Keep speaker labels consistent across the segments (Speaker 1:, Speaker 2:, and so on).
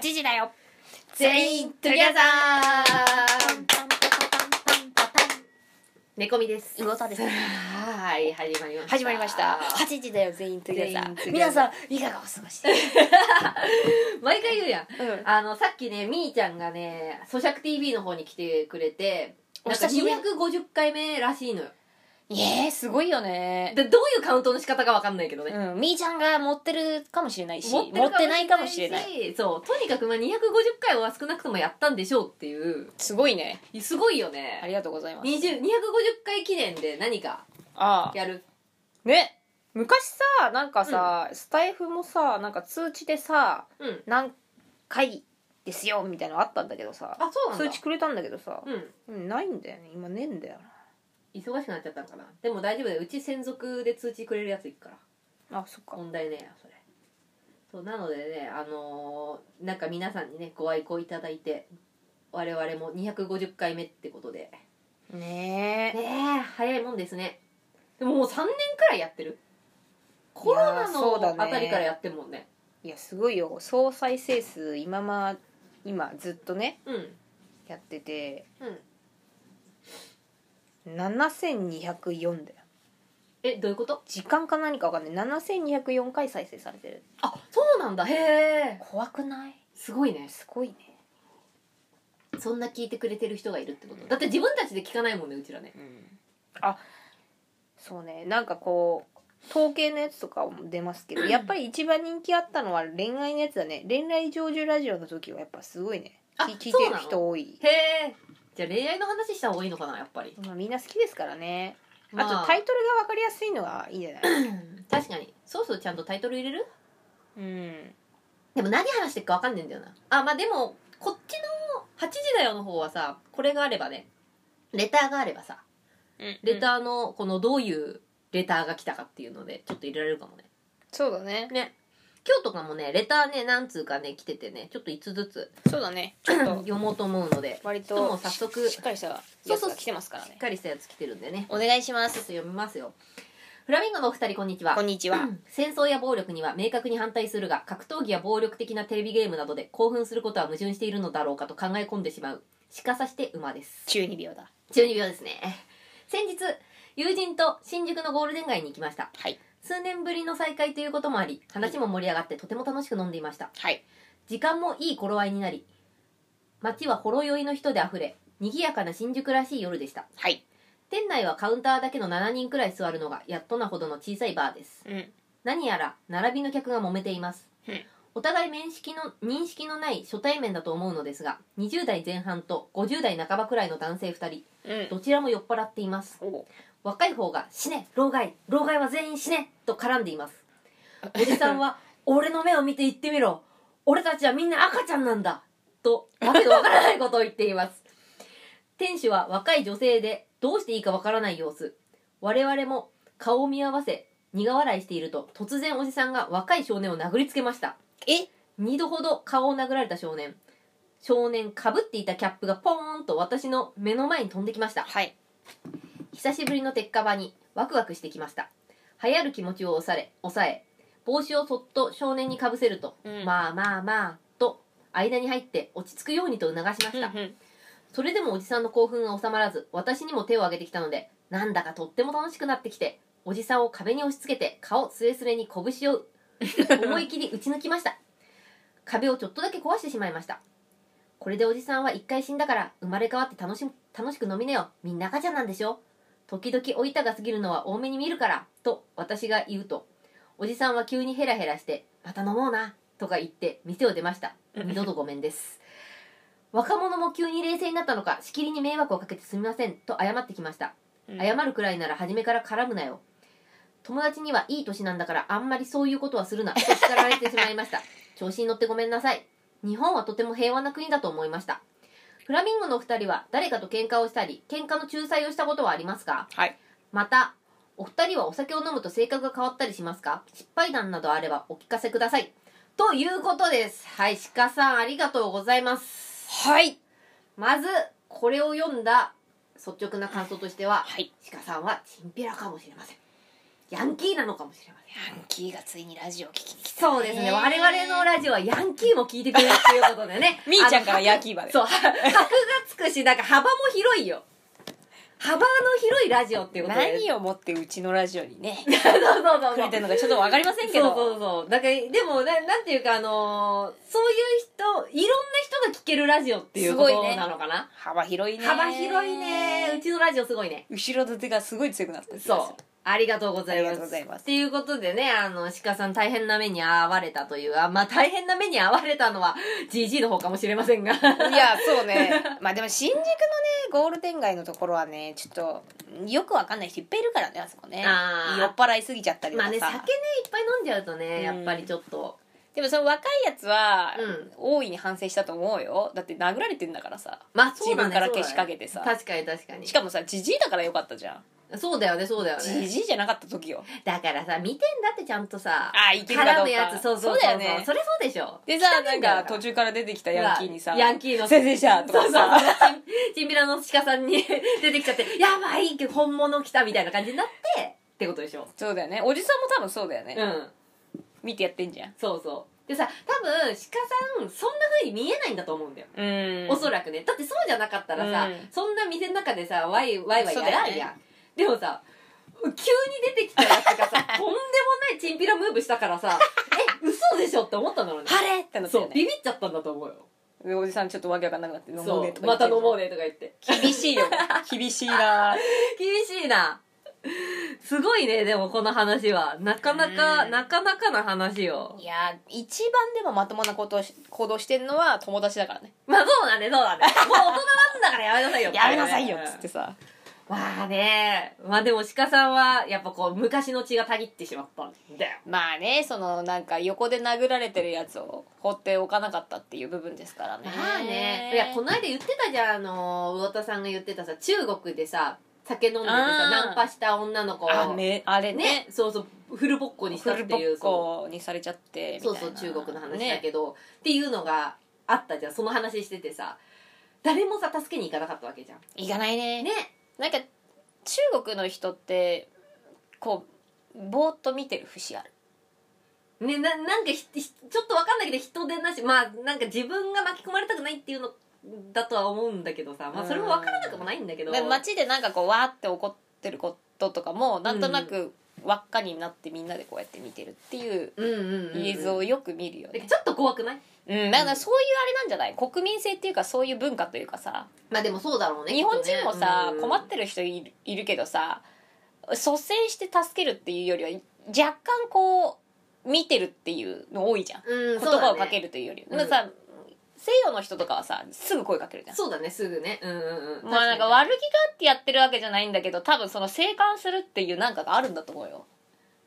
Speaker 1: 時だよ
Speaker 2: 全員トゥギャザー猫みです
Speaker 1: 魚田です
Speaker 2: はい始まりました
Speaker 1: 始まりました8時だよ全員トゥギャザ
Speaker 2: 全員トゥギャザ
Speaker 1: ー皆
Speaker 2: ー
Speaker 1: さんいかがお過ごしで
Speaker 2: 毎回言うやん
Speaker 1: すか、うん
Speaker 2: あのさっきねみーちゃんがね「咀嚼 TV」の方に来てくれて
Speaker 1: お
Speaker 2: なんか
Speaker 1: 久しぶり
Speaker 2: 250回目らしいのよ
Speaker 1: えー、すごいよね
Speaker 2: でどういうカウントの仕方かわかんないけどね、
Speaker 1: うんみーちゃんが持ってるかもしれないし
Speaker 2: 持ってる
Speaker 1: 持ってないかもしれない
Speaker 2: しそうとにかくまあ250回は少なくともやったんでしょうっていう
Speaker 1: すごいね
Speaker 2: すごいよ
Speaker 1: あ
Speaker 2: ね
Speaker 1: りがとうございます
Speaker 2: 20 250回記念で何か
Speaker 1: あ
Speaker 2: やる
Speaker 1: あね昔さなんかさ、スタイフもさなんか通知でさ
Speaker 2: うん
Speaker 1: 何回ですよみたいなのあったんだけどさ
Speaker 2: あそうなんだ
Speaker 1: 通知くれたんだけどさ、
Speaker 2: うん
Speaker 1: うん、ないんだよね今ねえんだよ
Speaker 2: 忙しくなっちゃったのかなでも大丈夫だようち専属で通知くれるやついくか
Speaker 1: な
Speaker 2: ら
Speaker 1: あそっか
Speaker 2: 問題ねえやそれそうなのでねあのーなんか皆さんにねご愛顧いただいて我々も250回目ってことで
Speaker 1: ねえ
Speaker 2: ねえ早いもんですねでももう3年くらいやってるコロ
Speaker 1: いや
Speaker 2: ナ
Speaker 1: ーそうだね
Speaker 2: のあたりからやってるもんね
Speaker 1: いやすごいよ総再生数今ま今ずっとね
Speaker 2: うん
Speaker 1: やってて
Speaker 2: うん
Speaker 1: 7204だよ
Speaker 2: えどういうこと
Speaker 1: 時間か何か分かんない7204回再生されてる
Speaker 2: あそうなんだへえ
Speaker 1: 怖くない
Speaker 2: すごいね
Speaker 1: すごいね
Speaker 2: そんな聞いてくれてる人がいるってことだって自分たちで聞かないもんねうちらね
Speaker 1: うんあそうねなんかこう統計のやつとかも出ますけどやっぱり一番人気あったのは恋愛のやつだね恋愛成就ラジオの時はやっぱすごいね
Speaker 2: あ
Speaker 1: き聞い
Speaker 2: そう
Speaker 1: て
Speaker 2: な
Speaker 1: る
Speaker 2: の
Speaker 1: 人多い
Speaker 2: へえじゃあ恋愛の話した方がいいのかなやっぱり、
Speaker 1: まあ、みんな好きですからねあ
Speaker 2: ま
Speaker 1: とタイトルが分かりやすいのはいいんじゃない
Speaker 2: 確かにそうそうちゃんとタイトル入れる
Speaker 1: うん
Speaker 2: でも何話してるか分かんないんだよなあまあでもこっちの「8時だよ」の方はさこれがあればねレターがあればさレターのこのどういうレターが来たかっていうのでちょっと入れられるかもね
Speaker 1: そうだね
Speaker 2: 今日とかもねレターね何通かね来ててねちょっと5つずつ
Speaker 1: そうだねちょっと
Speaker 2: 読もうと思うので
Speaker 1: 割
Speaker 2: ちょっとも
Speaker 1: と
Speaker 2: う早速
Speaker 1: しっかりしたや
Speaker 2: そう
Speaker 1: つ
Speaker 2: そう
Speaker 1: が来てますから
Speaker 2: しっ
Speaker 1: ね
Speaker 2: かりしたやつ来てるんでね
Speaker 1: お願いしま
Speaker 2: ちょっ
Speaker 1: す
Speaker 2: と読みますよフラミンゴのお二人こんにちは
Speaker 1: こんにちは
Speaker 2: うん戦争や暴力には明確に反対するが格闘技や暴力的なテレビゲームなどで興奮することは矛盾しているのだろうかと考え込んでしまう鹿さして馬です
Speaker 1: 中二病だ
Speaker 2: 12秒ですね先日友人と新宿のゴールデン街に行きました
Speaker 1: はい
Speaker 2: 数年ぶりの再会ということもあり話も盛り上がってとても楽しく飲んでいました
Speaker 1: はい
Speaker 2: 時間もいい頃合いになり街はほろ酔いの人であふれ賑やかな新宿らしい夜でした
Speaker 1: はい
Speaker 2: 店内はカウンターだけの7人くらい座るのがやっとなほどの小さいバーです
Speaker 1: うん
Speaker 2: 何やら並びの客が揉めています、
Speaker 1: うん
Speaker 2: お互い面識の認識のない初対面だと思うのですが20代前半と50代半ばくらいの男性2人
Speaker 1: うん
Speaker 2: どちらも酔っ払っています
Speaker 1: お
Speaker 2: 若い方が「死ね老害老害は全員死ね」と絡んでいますおじさんは「俺の目を見て言ってみろ俺たちはみんな赤ちゃんなんだ」とわけのわからないことを言っています店主は若い女性でどうしていいかわからない様子我々も顔を見合わせ苦笑いしていると突然おじさんが若い少年を殴りつけました
Speaker 1: え
Speaker 2: 二度ほど顔を殴られた少年少年かぶっていたキャップがポーンと私の目の前に飛んできました
Speaker 1: はい
Speaker 2: 久しぶりの鉄火場にワクワクしてきました流行る気持ちを抑え抑え帽子をそっと少年にかぶせると、
Speaker 1: うん
Speaker 2: まあまあまあと間に入って落ち着くようにと促しました、それでもおじさんの興奮が収まらず私にも手を挙げてきたのでなんだかとっても楽しくなってきておじさんを壁に押し付けて顔すれすれに拳を思い切り打ち抜きました壁をちょっとだけ壊してしまいましたこれでおじさんは一回死んだから生まれ変わって楽しむ楽しく飲みなよみんな赤ちゃんなんでしょ時々お板が過ぎるのは多めに見るからと私が言うとおじさんは急にヘラヘラしてまた飲もうなとか言って店を出ました二度とごめんです若者も急に冷静になったのかしきりに迷惑をかけてすみませんと謝ってきました、
Speaker 1: うん
Speaker 2: 謝るくらいなら初めから絡むなよ友達にはいい年なんだからあんまりそういうことはするなと叱られてしまいました 調子に乗ってごめんなさい日本はとても平和な国だと思いましたフラミンゴのお二人は誰かと喧嘩をしたり喧嘩の仲裁をしたことはありますか
Speaker 1: はい
Speaker 2: またお二人はお酒を飲むと性格が変わったりしますか失敗談などあればお聞かせくださいということですはい鹿さんありがとうございます
Speaker 1: はい
Speaker 2: まずこれを読んだ率直な感想としては
Speaker 1: はい
Speaker 2: 鹿さんはチンピラかもしれませんヤンキーなのかもしれません
Speaker 1: ヤンキーがついにラジオを聞きに来た
Speaker 2: そうですね我々のラジオはヤンキーも聞いてくれるっていうことでね
Speaker 1: みーちゃんから
Speaker 2: あの
Speaker 1: ヤンキーまで
Speaker 2: そうは箔がつくしなんか幅も広いよ幅の広いラジオっていうことで
Speaker 1: 何をもってうちのラジオに ね
Speaker 2: そうそうそう
Speaker 1: く
Speaker 2: そ
Speaker 1: れ
Speaker 2: う
Speaker 1: てるのかちょっとわかりませんけど
Speaker 2: そうそうそうだからでもななんていうかあのーそういう人いろんな人が聞けるラジオっていうこ
Speaker 1: すごい
Speaker 2: と
Speaker 1: ね
Speaker 2: なのかな、
Speaker 1: 幅広いね
Speaker 2: 幅広いねうちのラジオすごいね
Speaker 1: 後ろ盾がすごい強くなった
Speaker 2: そうありがとうござい
Speaker 1: あ
Speaker 2: ま
Speaker 1: りがと
Speaker 2: す
Speaker 1: うございます
Speaker 2: っていうことでねあの鹿さん大変な目に遭われたというあまあ大変な目に遭われたのはじじいの方かもしれませんが
Speaker 1: ういやそうねまあでも新宿のねゴールデン街のところはねちょっとよくわかんない人いっぱいいるからねあそこね
Speaker 2: あー
Speaker 1: 酔っ払いすぎちゃったりと
Speaker 2: ま
Speaker 1: か
Speaker 2: あ
Speaker 1: さ、
Speaker 2: ね酒ねいっぱい飲んじゃうとねやっぱりちょっと
Speaker 1: でもその若いやつは、
Speaker 2: うん
Speaker 1: 大いに反省したと思うよだって殴られてんだからさ
Speaker 2: まあそ
Speaker 1: 自
Speaker 2: うだね
Speaker 1: 分から
Speaker 2: そうだね
Speaker 1: けしかけてさ、
Speaker 2: 確かに確かに
Speaker 1: しかもさじじいだからよかったじゃ
Speaker 2: そうだよねそうだよ
Speaker 1: んじ
Speaker 2: ね
Speaker 1: じいじゃなかった時よ
Speaker 2: だからさ見てんだってちゃんとさ
Speaker 1: あいけるかど
Speaker 2: 絡
Speaker 1: う
Speaker 2: む
Speaker 1: か
Speaker 2: やつそう
Speaker 1: そ
Speaker 2: そう
Speaker 1: うだよね
Speaker 2: それそうでしょ
Speaker 1: でさ
Speaker 2: 汚
Speaker 1: ないん
Speaker 2: だよ
Speaker 1: か途中から出てきたヤンキーにさ
Speaker 2: ヤンキーの
Speaker 1: 先生者」と
Speaker 2: そうそ
Speaker 1: か
Speaker 2: う
Speaker 1: さ
Speaker 2: チンチンピラの鹿さんに 出てきちゃって「やばい本物来た」みたいな感じになってってことでしょ
Speaker 1: そうだよねおじさんも多分そうだよね、
Speaker 2: うん
Speaker 1: 見てやってんじゃん
Speaker 2: そうそうでさ多分鹿さんそんな風に見えないんだと思うんだよ、
Speaker 1: うん
Speaker 2: おそらくねだってそうじゃなかったらさ、
Speaker 1: うん
Speaker 2: そんな店の中でさワイワイワイやらん
Speaker 1: そうだよ
Speaker 2: やん、でもさ急に出てきたやつ がさとんでもないチンピラムーブしたからさえ嘘でしょって思ったんだろうね
Speaker 1: 晴れってなった
Speaker 2: そう
Speaker 1: よね
Speaker 2: ビビっちゃったんだと思うよ
Speaker 1: でおじさんちょっとわけわかんなくなって飲もう
Speaker 2: そ
Speaker 1: ね
Speaker 2: うまた飲もうねとか言って
Speaker 1: 厳しいよね 厳しいな
Speaker 2: 厳しいな。すごいね、でもこの話は。なかなか、
Speaker 1: うん
Speaker 2: なかなかな話よ
Speaker 1: い。や一番でもまともなことをし行動してんのは友達だからね
Speaker 2: まあそうだね、そうだね。もう大人なんだからやめなさい よ。
Speaker 1: やめなさいよっつって
Speaker 2: うん。
Speaker 1: さ
Speaker 2: まあね、まあでも鹿さんは、やっぱこう、昔の血がたぎってしまったんだよ。
Speaker 1: まあねそのなんか横で殴られてるやつを放っておかなかったっていう部分ですからね
Speaker 2: まあね。いや、この間言ってたじゃん、あの、魚田さんが言ってたさ、中国でさ、酒飲んでてさ、
Speaker 1: あー
Speaker 2: ナンパした女の子
Speaker 1: あ
Speaker 2: を、ね
Speaker 1: めあれね
Speaker 2: そうそう、フルボッコにした
Speaker 1: フ
Speaker 2: ってい
Speaker 1: ルボ
Speaker 2: う。
Speaker 1: ッ
Speaker 2: そう
Speaker 1: コにされちゃってみた
Speaker 2: そ
Speaker 1: いうな
Speaker 2: そう中国の話だ
Speaker 1: ね
Speaker 2: けど、っていうのがあったじゃんその話しててさ誰もさ助けに行かなかったわけじゃん
Speaker 1: 行かないね
Speaker 2: ね
Speaker 1: なんか中国の人ってこうぼーっと見てる節ある
Speaker 2: ねななんかひひちょっとわかんないけど人でなしまあなんか自分が巻き込まれたくないっていうのだとは思うんだけどさ、まあ、それもわからなくもないんだけど
Speaker 1: で街でなんかこうわーって怒ってることとかもなんとなく輪っかになってみんなでこうやって見てるっていう
Speaker 2: うんうんうんうん、
Speaker 1: 映像をよく見るよ
Speaker 2: だけ
Speaker 1: ね
Speaker 2: どちょっと怖くない
Speaker 1: うんだからそういうあれなんじゃない国民性っていうかそういう文化というかさ
Speaker 2: まあでもそうだろうね
Speaker 1: 日本人もさ困っててる人いるいるけどさ率先して助けるっていうよりは若干こう見てるっていうの多いじゃん
Speaker 2: 言
Speaker 1: 言葉をかけるというより、
Speaker 2: うん
Speaker 1: でもさ西洋の人とかはさすぐ声かけるじゃん
Speaker 2: そうだねそうだねすぐねうんうんうん
Speaker 1: まあなんか
Speaker 2: わ
Speaker 1: 悪気があってやってるわけじゃないんだけど多分その生還するっていうなんかがあるんだと思うよ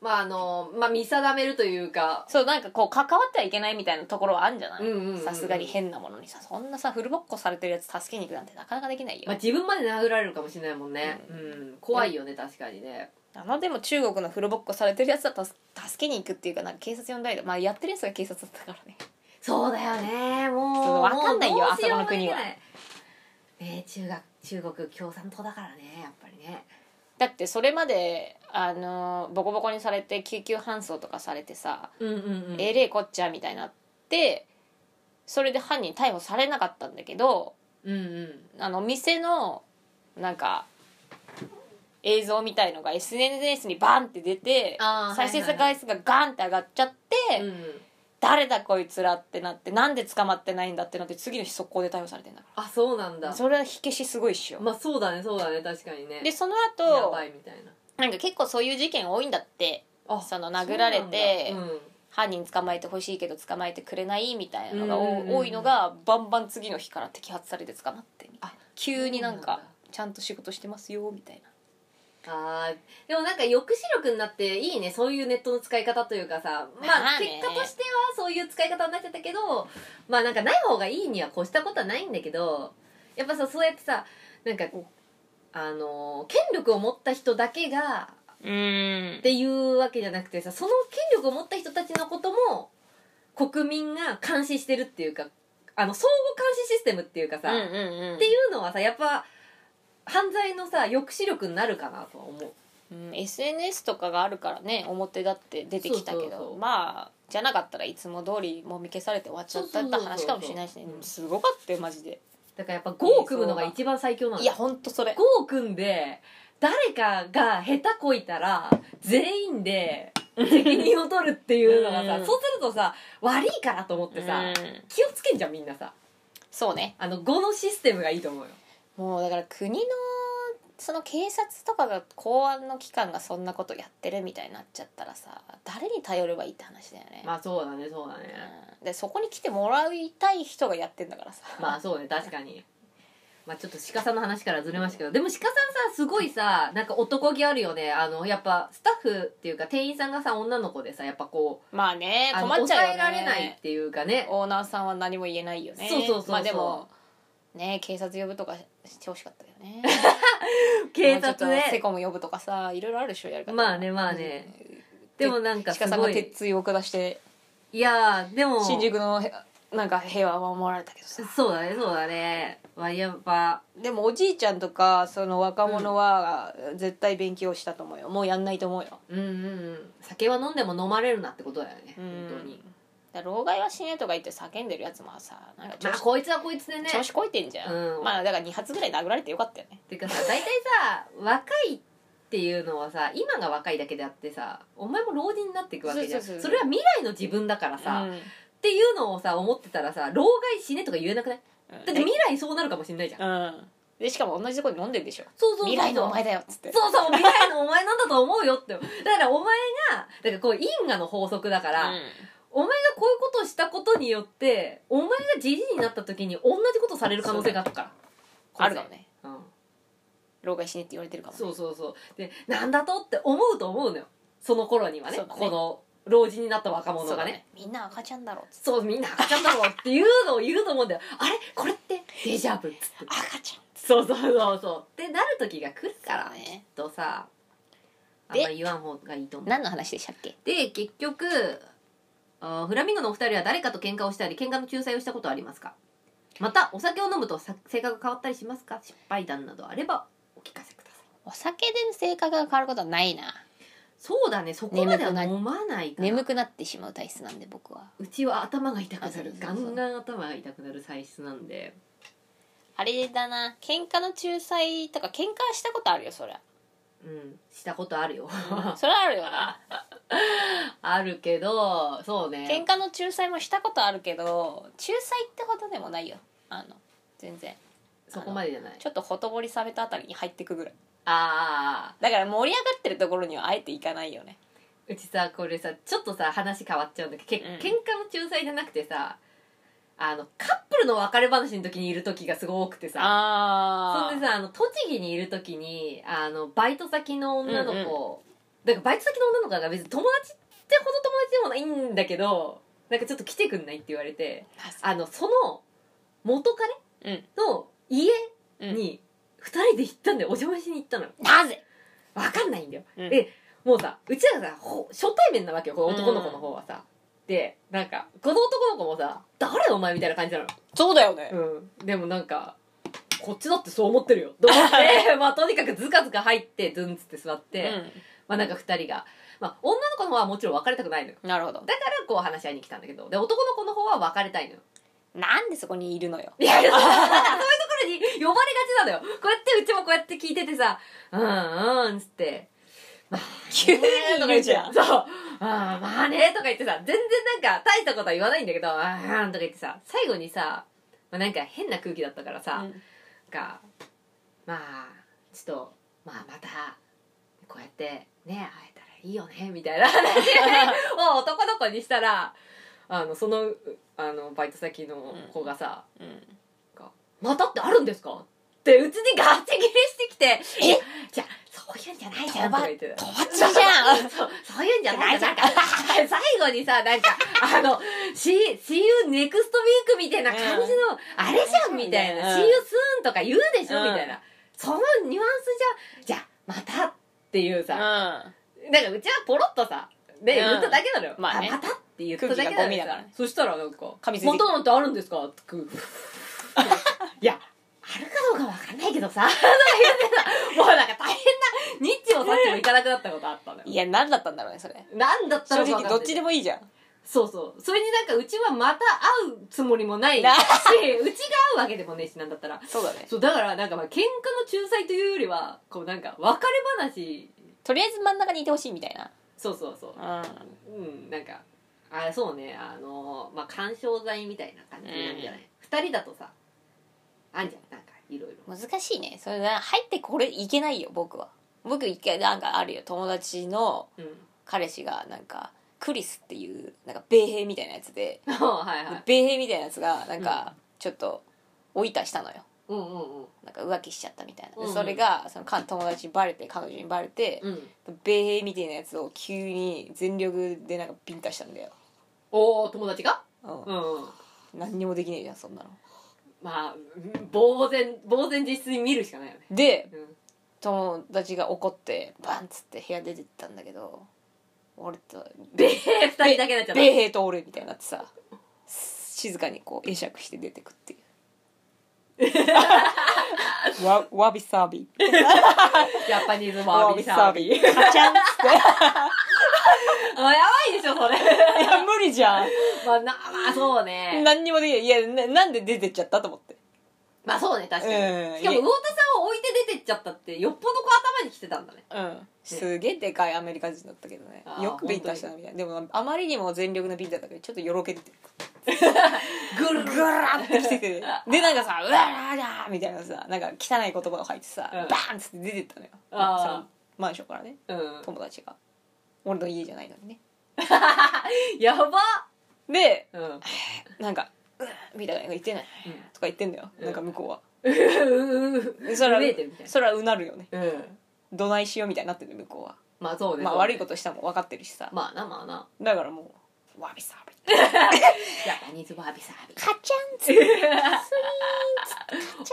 Speaker 2: まああのまあ見定めるというか
Speaker 1: そうなんかこう関わってはいけないみたいなところはあるんじゃない
Speaker 2: うんうんうんうん
Speaker 1: さすがに変なものにさそんなさフルボッコされてるやつ助けに行くなんてなかなかできないよ
Speaker 2: まあ、自分まで殴られるかもしれないもんね、うん怖いよね確かにね
Speaker 1: あのでも中国のフルボッコされてるやつだと助けに行くっていうかなんか警察呼んだりだまあやってるやつが警察だったからね
Speaker 2: そうだよね
Speaker 1: そ
Speaker 2: も
Speaker 1: う
Speaker 2: う
Speaker 1: わかんないよ
Speaker 2: もうどうしよ
Speaker 1: あそこ
Speaker 2: うも
Speaker 1: の国は
Speaker 2: ないね中学中国共産党だからねやっぱりね
Speaker 1: だってそれまであのボコボコにされて救急搬送とかされてさ
Speaker 2: うんうんう
Speaker 1: えれえこっちゃみたいになってそれで犯人逮捕されなかったんだけど
Speaker 2: うんうん
Speaker 1: あの店のなんか映像みたいのが SNS にバンって出て
Speaker 2: あー
Speaker 1: 再生
Speaker 2: はいはい
Speaker 1: 回数がガンって上がっちゃって、
Speaker 2: うん
Speaker 1: 誰だこいつらってなってなんで捕まってないんだってなって次の日速攻で逮捕されてんだか
Speaker 2: あそうなん
Speaker 1: ら
Speaker 2: だ
Speaker 1: それは火消しすごいっしょ、
Speaker 2: まあそうだねそうだね確かにね
Speaker 1: でその
Speaker 2: や
Speaker 1: 後
Speaker 2: ばいみたいな
Speaker 1: なんか結構そういう事件多いんだって
Speaker 2: あ
Speaker 1: その殴られて
Speaker 2: そうなんだうん
Speaker 1: 犯人捕まえてほしいけど捕まえてくれないみたいなのが
Speaker 2: うんうんうん
Speaker 1: 多いのがバンバン次の日から摘発されて捕まってみたいな
Speaker 2: あ
Speaker 1: 急になん
Speaker 2: そうな
Speaker 1: か
Speaker 2: んだ
Speaker 1: ちゃんと仕事してますよみたいな
Speaker 2: あーでもなんか抑止力になっていいねそういうネットの使い方というかさま
Speaker 1: ま
Speaker 2: あ
Speaker 1: あ
Speaker 2: 結
Speaker 1: ね
Speaker 2: 果としてはそういう使い方になっちゃったけどまあなんかない方がいいには越したことはないんだけどやっぱさそうやってさなんか
Speaker 1: お
Speaker 2: あのー権力を持った人だけが
Speaker 1: うん
Speaker 2: っていうわけじゃなくてさその権力を持った人たちのことも国民が監視してるっていうかあの相互監視システムっていうかさ、
Speaker 1: うんうん
Speaker 2: っ
Speaker 1: うん
Speaker 2: ていうのはさやっぱ犯罪のさ抑止力になるかなとは思う
Speaker 1: うん、SNS とかがあるからね表だって出てきたけど
Speaker 2: そうそうそう
Speaker 1: まあじゃなかったらいつも通りもみ消されて終わっちゃったって話かもしれないしね
Speaker 2: そうそうそう
Speaker 1: すごかったよマジで、
Speaker 2: だからやっぱ5を組むのが一番最強なの
Speaker 1: いやほんとそれ
Speaker 2: 5を組んで誰かが下手こいたら全員で責任を取るっていうのがさ、
Speaker 1: うん
Speaker 2: そうするとさ悪いからと思ってさ、
Speaker 1: うん
Speaker 2: 気をつけんじゃんみんなさ
Speaker 1: そうね
Speaker 2: あの5のシステムがいいと思うよ
Speaker 1: もうだから国のその警察とかが公安の機関がそんなことやってるみたいになっちゃったらさ誰に頼ればいいって話だよね、
Speaker 2: まあそうだねそうだね
Speaker 1: うんでそこに来てもらいたい人がやってんだからさ
Speaker 2: まあそうね確かにまあちょっと鹿さんの話からずれましたけどでも鹿さんさすごいさなんか男気あるよねあのやっぱスタッフっていうか店員さんがさ女の子でさやっぱこう
Speaker 1: まあね
Speaker 2: あの
Speaker 1: 困っちゃうよね
Speaker 2: 抑えられないっていうかね
Speaker 1: オーナーさんは何も言えないよね
Speaker 2: そうそうそうそう
Speaker 1: まあでもね警察呼ぶとかしてほしかったよね
Speaker 2: 警
Speaker 1: もうちょ
Speaker 2: 察
Speaker 1: っとセ
Speaker 2: ね
Speaker 1: コム呼ぶとかさいろいろあるでしょやり方
Speaker 2: まあねまあねでもなんかす
Speaker 1: 鹿さん
Speaker 2: ご
Speaker 1: が
Speaker 2: い
Speaker 1: 鉄槌を下して
Speaker 2: いやーでも
Speaker 1: 新宿のへなんか平和は守られたけどさ
Speaker 2: そうだねそうだねまあやっぱ
Speaker 1: でもおじいちゃんとかその若者は絶対勉強したと思うよもうやんないと思うよ
Speaker 2: うんうんうん酒は飲んでも飲まれるなってことだよね
Speaker 1: う
Speaker 2: 本
Speaker 1: ん
Speaker 2: 当に
Speaker 1: だから老害は死ねとか言って叫んでるやつもさなんか調
Speaker 2: まあ
Speaker 1: 子,、
Speaker 2: こいつはこいつでね
Speaker 1: 調子こいてんじゃん、
Speaker 2: うん
Speaker 1: まあだから2発ぐらい殴られてよかったよね
Speaker 2: てかさ大体さ若いっていうのはさ今が若いだけであってさお前も老人になっていくわけじゃん
Speaker 1: そうそうそう
Speaker 2: れは未来の自分だからさ、っ
Speaker 1: うん
Speaker 2: ていうのをさ思ってたらさ老害死ねとか言えなくない
Speaker 1: うん
Speaker 2: だって未来そうなるかもしんないじゃん、
Speaker 1: うんでしかも同じとこに飲んでるでしょ
Speaker 2: そうそうそう
Speaker 1: 未来のお前だよっつって
Speaker 2: そうそう未来のお前なんだと思うよってだからお前がだからこう因果の法則だから、お前がこういうことをしたことによってお前がじじになった時に同じことされる可能性があったから
Speaker 1: あるかもね
Speaker 2: うん
Speaker 1: 老害死ねって言われてるかもね
Speaker 2: そうそうそうでなんだとって思うと思うのよその頃にはね
Speaker 1: そうだね
Speaker 2: この老人になった若
Speaker 1: そ
Speaker 2: 者
Speaker 1: うだ
Speaker 2: が
Speaker 1: ね
Speaker 2: ね
Speaker 1: みんな赤ちゃんだろっつって
Speaker 2: そうみんな赤ちゃんだろうっていうのを言うと思うんだよあれこれってデジャブっつって
Speaker 1: 赤ちゃんっつっ
Speaker 2: そうそうそうそうってなる時が来るから
Speaker 1: そう
Speaker 2: き
Speaker 1: ね
Speaker 2: っとさあん
Speaker 1: で
Speaker 2: ま言わん方がいいと思
Speaker 1: て
Speaker 2: う
Speaker 1: 何の話でしたっけ
Speaker 2: で結局あーフラミンゴのお二人は誰かと喧嘩をしたり喧嘩の仲裁をしたことはありますかまたお酒を飲むとさ性格が変わったりしますか失敗談などあればお聞かせください
Speaker 1: お酒で性格が変わることはないな
Speaker 2: そうだねそこまでは飲まないから
Speaker 1: 眠くなってしまう体質なんで僕は
Speaker 2: うちは頭が痛く
Speaker 1: あそう
Speaker 2: なる
Speaker 1: そう
Speaker 2: ガ
Speaker 1: そう
Speaker 2: ンガン頭が痛くなる体質なんで
Speaker 1: あれだな喧嘩の仲裁とか喧嘩はしたことあるよそりゃ
Speaker 2: うんしたことあるよ
Speaker 1: それはあるよな
Speaker 2: あるけどそうね
Speaker 1: 喧嘩の仲裁もしたことあるけど仲裁ってほどでもないよあの全然
Speaker 2: そこまでじゃない
Speaker 1: ちょっとほとぼりされたあたりに入ってくぐらい
Speaker 2: ああ
Speaker 1: だから盛り上がってるところにはあえて行かないよね
Speaker 2: うちさこれさちょっとさ話変わっちゃうんだけど、け
Speaker 1: うん
Speaker 2: 喧嘩の仲裁じゃなくてさあのカップルの別れ話の時にいる時がすごく多くてさ
Speaker 1: あ
Speaker 2: そ
Speaker 1: あ
Speaker 2: んでさあの栃木にいる時にあのバイト先の女の子、だからバイト先の女の子が別に友達ってほど友達でもないんだけどなんかちょっと来てくんないって言われてあのその元彼
Speaker 1: うん
Speaker 2: の家
Speaker 1: うん
Speaker 2: に二人で行ったんだよお邪魔しに行ったのよ
Speaker 1: なぜ
Speaker 2: わかんないんだよ
Speaker 1: うん
Speaker 2: でもうさうちらがさほ初対面なわけよこの男の子の方はさ、でなんかこの男の子もさ「誰お前」みたいな感じなの
Speaker 1: そうだよね
Speaker 2: うん、でもなんかこっちだってそう思ってるよと思 ってまあとにかくズカズカ入ってズンつって座って、まあなんか2人が、まあ、女の子の方はもちろん別れたくないのよ
Speaker 1: うんなるほど
Speaker 2: だからこう話し合いに来たんだけどで男の子の方は別れたいのよ
Speaker 1: なんでそこにいるのよ
Speaker 2: い やいやそうだからそういうところに呼ばれがちなのよこうやってうちもこうやって聞いててさ「うんうん」っつって
Speaker 1: 急に
Speaker 2: えーと
Speaker 1: い
Speaker 2: か言
Speaker 1: る
Speaker 2: っ
Speaker 1: じ
Speaker 2: て
Speaker 1: ゃん
Speaker 2: そう。あーまあね、とか言ってさ、全然なんか大したことは言わないんだけど、あーんとか言ってさ、最後にさ、まあ、なんか変な空気だったからさ、
Speaker 1: うん
Speaker 2: なんか、まあ、ちょっと、まあまた、こうやってね、会えたらいいよね、みたい な話を男の子にしたら、あの、その、うあの、バイト先の子がさ、
Speaker 1: うん
Speaker 2: またってあるんですかってうちにガチ切れしてきて、
Speaker 1: え
Speaker 2: いやじゃあ、そういうんじゃないじゃん、とか言ってた。
Speaker 1: とばっちじゃん
Speaker 2: そう、そういうんじゃないじゃん。なんか最後にさ、なんか、あの、see, see you next week みたいな感じの、あれじゃんみたいな、
Speaker 1: うん
Speaker 2: see you soon とか言うでしょ、
Speaker 1: うん
Speaker 2: みたいな。そのニュアンスじゃ、じゃあ、またっていうさ、
Speaker 1: う
Speaker 2: なんかうちはポロッとさ、ね、
Speaker 1: うん
Speaker 2: 言っただけなのよ。
Speaker 1: まあね
Speaker 2: またって言っただけ
Speaker 1: 空気
Speaker 2: な
Speaker 1: が
Speaker 2: の
Speaker 1: ゴミ
Speaker 2: よ
Speaker 1: だからね
Speaker 2: そしたらなんか、
Speaker 1: 噛みついて
Speaker 2: またなんてあるんですかって。いや、あ貼るかどうかわかんないけどさ、 とか言ってた。もうなんか大変な、ニッチもさっきも行かなくなったことあったの
Speaker 1: い
Speaker 2: よ。
Speaker 1: や何だったんだろうねそれ
Speaker 2: なんだった
Speaker 1: 正
Speaker 2: のか
Speaker 1: 直
Speaker 2: わかん
Speaker 1: ど
Speaker 2: ない
Speaker 1: っちでもいいじゃん
Speaker 2: そうそう。それになんかうちはまた会うつもりも ないし、うち
Speaker 1: な
Speaker 2: が会うわけでもねえし、なんだったら。
Speaker 1: そうだね
Speaker 2: そう、だからなんかまあ喧嘩の仲裁というよりは、こうなんか別れ話、
Speaker 1: とりあえず真ん中にいてほしいみたいな
Speaker 2: そうそうそう。
Speaker 1: う
Speaker 2: うん、なんか、あ、そうね、あの、まあ、干渉剤みたいな感じなんじゃない二、人だとさ、あんじゃん、なんかいろいろ。
Speaker 1: ん難しいねそれが入ってこれいけないよ僕は僕一回なんかあるよ友達の
Speaker 2: うん。
Speaker 1: 彼氏がなんかクリスっていうなんか米兵みたいなやつで
Speaker 2: はいはい。
Speaker 1: 米兵みたいなやつがなんかちょっとおいたしたのよ
Speaker 2: うんうんうん。
Speaker 1: なんか浮気しちゃったみたいな
Speaker 2: う
Speaker 1: で
Speaker 2: ん
Speaker 1: それがそのか友達にバレて彼女にバレて
Speaker 2: うん。
Speaker 1: 米兵みたいなやつを急に全力でなんかビンタしたんだよ、
Speaker 2: おお友達が
Speaker 1: う
Speaker 2: うんうん。
Speaker 1: ん、何にもできねえじゃんそんなの
Speaker 2: まあ、呆然、呆然自失に見るしかないよね。
Speaker 1: で
Speaker 2: うん。
Speaker 1: 友達が怒ってバンっつって部屋出てったんだけど俺と
Speaker 2: べー、二人だけになっちゃった。
Speaker 1: 米兵と俺みたいになってさ静かにこう会釈して出てくっていう わわびさび
Speaker 2: ジャパニーズワ
Speaker 1: わ
Speaker 2: ービ
Speaker 1: び
Speaker 2: ーサ
Speaker 1: さ
Speaker 2: ービー。
Speaker 1: びカチャンっつっ
Speaker 2: あ、やばいでしょ、それ。
Speaker 1: ていや 無理じゃん
Speaker 2: まあ、な、まあ、そうね。
Speaker 1: 何にもできないいやななんで出てっちゃったと思って
Speaker 2: まあ、そうね、確かに。
Speaker 1: うん
Speaker 2: しかも、魚田さんを置いて出てっちゃったって、よっぽどこう頭に来てたんだね。
Speaker 1: うんすげえでかいアメリカ人だったけどね
Speaker 2: あー
Speaker 1: よくビンタしたなみたいなでもあまりにも全力のビンタだったからちょっとよろけてて
Speaker 2: ぐる
Speaker 1: ぐ
Speaker 2: ぐる。
Speaker 1: らーってきててでなんかさ「うわらだー」みたいなさなんか汚い言葉が入ってさ、
Speaker 2: うん
Speaker 1: バーンっつって出てったのよ
Speaker 2: あー
Speaker 1: そのマンションからね
Speaker 2: うん。
Speaker 1: 友達が俺の家じゃないのにね
Speaker 2: やば
Speaker 1: で
Speaker 2: うん。う
Speaker 1: なんか「うわーみたいなのが言ってない」
Speaker 2: ん。
Speaker 1: とか言ってんだよ、
Speaker 2: うん
Speaker 1: なんか向こうは
Speaker 2: う
Speaker 1: でそれは
Speaker 2: 飢えてるみたいな
Speaker 1: それはうなるよね
Speaker 2: な。うん。ど
Speaker 1: どないしようみたいになってる向こうは、
Speaker 2: まあ、そうね。
Speaker 1: まあ
Speaker 2: そうね
Speaker 1: 悪いことしたのも分かってるしさ、
Speaker 2: まあな、まあな。
Speaker 1: だからもう「わびさび」
Speaker 2: ジャパニーズワービーサービー。
Speaker 1: カチャンっつって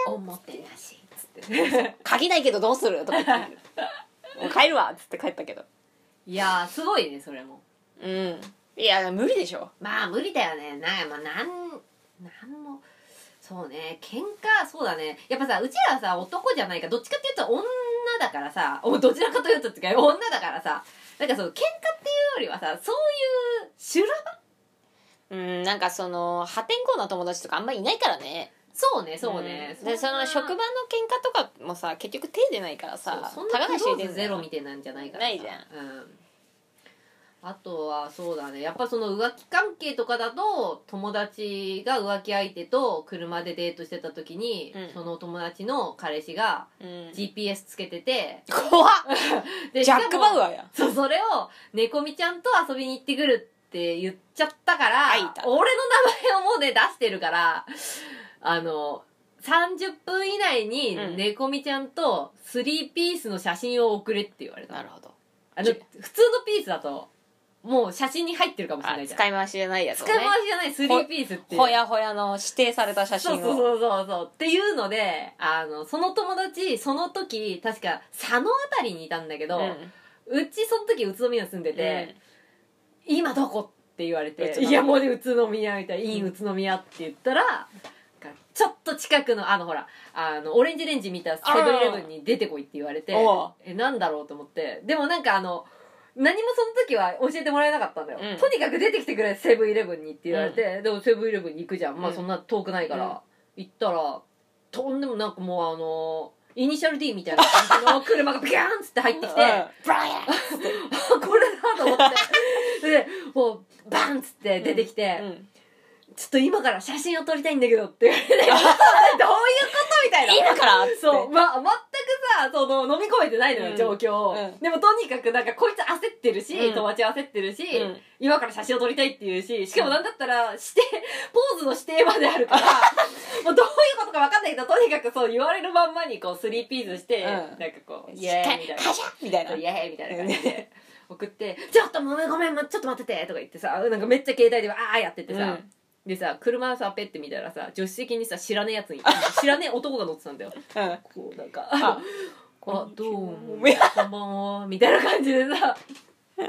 Speaker 2: おもてなし。つって。
Speaker 1: 「鍵ないけどどうする?」とか言って「もう帰るわ」っつって帰ったけど
Speaker 2: いやー、すごいね、それも。
Speaker 1: うんいや無理でしょ
Speaker 2: まあ無理だよねなんまあなんなんもそうね喧嘩そうだねやっぱさうちらはさ男じゃないかどっちかっていうと女だからさおどちらかというとっていうか女だからさなんかその喧嘩っていうよりはさそういう修羅場
Speaker 1: うん、なんかその破天荒な友達とかあんまりいないからね
Speaker 2: そうねそうね、
Speaker 1: んでその職場の喧嘩とかもさ結局手出ないから
Speaker 2: さ
Speaker 1: さ
Speaker 2: そんなク
Speaker 1: 知れ
Speaker 2: ロー
Speaker 1: てん
Speaker 2: ズ
Speaker 1: だ
Speaker 2: ゼ
Speaker 1: よ
Speaker 2: ロみたいなんじゃないからさ
Speaker 1: ないじゃん
Speaker 2: うんあとはそうだねやっぱその浮気関係とかだと友達が浮気相手と車でデートしてた時に、
Speaker 1: うん
Speaker 2: その友達の彼氏が
Speaker 1: うん
Speaker 2: GPS つけてて
Speaker 1: 怖っ
Speaker 2: で
Speaker 1: ジャック・バウ
Speaker 2: ア
Speaker 1: アーや
Speaker 2: そうそれを猫みちゃんと遊びに行ってくるって言っちゃったか
Speaker 1: あ
Speaker 2: ら俺
Speaker 1: い
Speaker 2: の
Speaker 1: た
Speaker 2: 名前をもうね出してるからあの30分以内に
Speaker 1: うん
Speaker 2: 猫みちゃんと3ピースの写真を送れって言われた
Speaker 1: なるほど
Speaker 2: あの普通のピースだともう写真に入ってるかもしれ
Speaker 1: あ
Speaker 2: ないじゃん
Speaker 1: 使い回しじゃないやつを
Speaker 2: 使
Speaker 1: ね
Speaker 2: い回しじゃない3ピースっていう
Speaker 1: ほやほやの指定された写真
Speaker 2: そう
Speaker 1: を
Speaker 2: そうそうそうそうっていうのであのその友達その時確か佐野あたりにいたんだけど、
Speaker 1: うん
Speaker 2: うちその時宇都宮住んでて、今どこって言われ
Speaker 1: 宇
Speaker 2: て
Speaker 1: 都
Speaker 2: 「
Speaker 1: 宮
Speaker 2: いやもうね宇都宮」みたいな「いい
Speaker 1: うん
Speaker 2: 宇都宮」って言ったら、なんかちょっと近くのあのほらあのオレンジレンジ見たセブンイレブンに出てこいって言われて
Speaker 1: おう
Speaker 2: えなんだろうと思ってでもなんかあの何もその時は教えてもらえなかったんだよ、
Speaker 1: うん
Speaker 2: とにかく出てきてくれセブンイレブンにって言われて、でもセブンイレブンに行くじゃんまあ
Speaker 1: うん
Speaker 2: そんな遠くないから、行ったらとんでもなんかもうあのイニシャル D みたいな感じの車がビャーンっつって入ってきて、
Speaker 1: ブライアン
Speaker 2: あこれだと思ってでもうバンっつって出てきて、
Speaker 1: うん
Speaker 2: ちょっと今から写真を撮りたいんだけどって言われてどういうことみたいな
Speaker 1: 今からっつって
Speaker 2: そう、ま、全くさその飲み込めてないのよ、
Speaker 1: うん
Speaker 2: 状況を、
Speaker 1: うん
Speaker 2: でもとにかくなんかこいつ焦ってるし、
Speaker 1: うん
Speaker 2: 友達焦ってるし、
Speaker 1: うん
Speaker 2: 今から写真を撮りたいっていうししかもなんだったら指定ポーズの指定まであるからもうどういうことか分かんないけどとにかくそう言われるまんまにこうスリーピースして、
Speaker 1: うん
Speaker 2: なんかこうイ
Speaker 1: し
Speaker 2: エ
Speaker 1: っ
Speaker 2: ー
Speaker 1: か
Speaker 2: イみ
Speaker 1: り
Speaker 2: たいな
Speaker 1: カシャみたいな
Speaker 2: イエーイみたいな感じで送って「ちょっとごめんごめんちょっと待ってて」とか言ってさなんかめっちゃ携帯でわーやっててさ、でさ車さペッて見たらさ助手席にさ知らねえやつに 知らねえ男が乗ってたんだよ
Speaker 1: うんうん
Speaker 2: こうなんか
Speaker 1: あ
Speaker 2: 「あどうも
Speaker 1: こんにち
Speaker 2: こんばんは」みたいな感じでさでその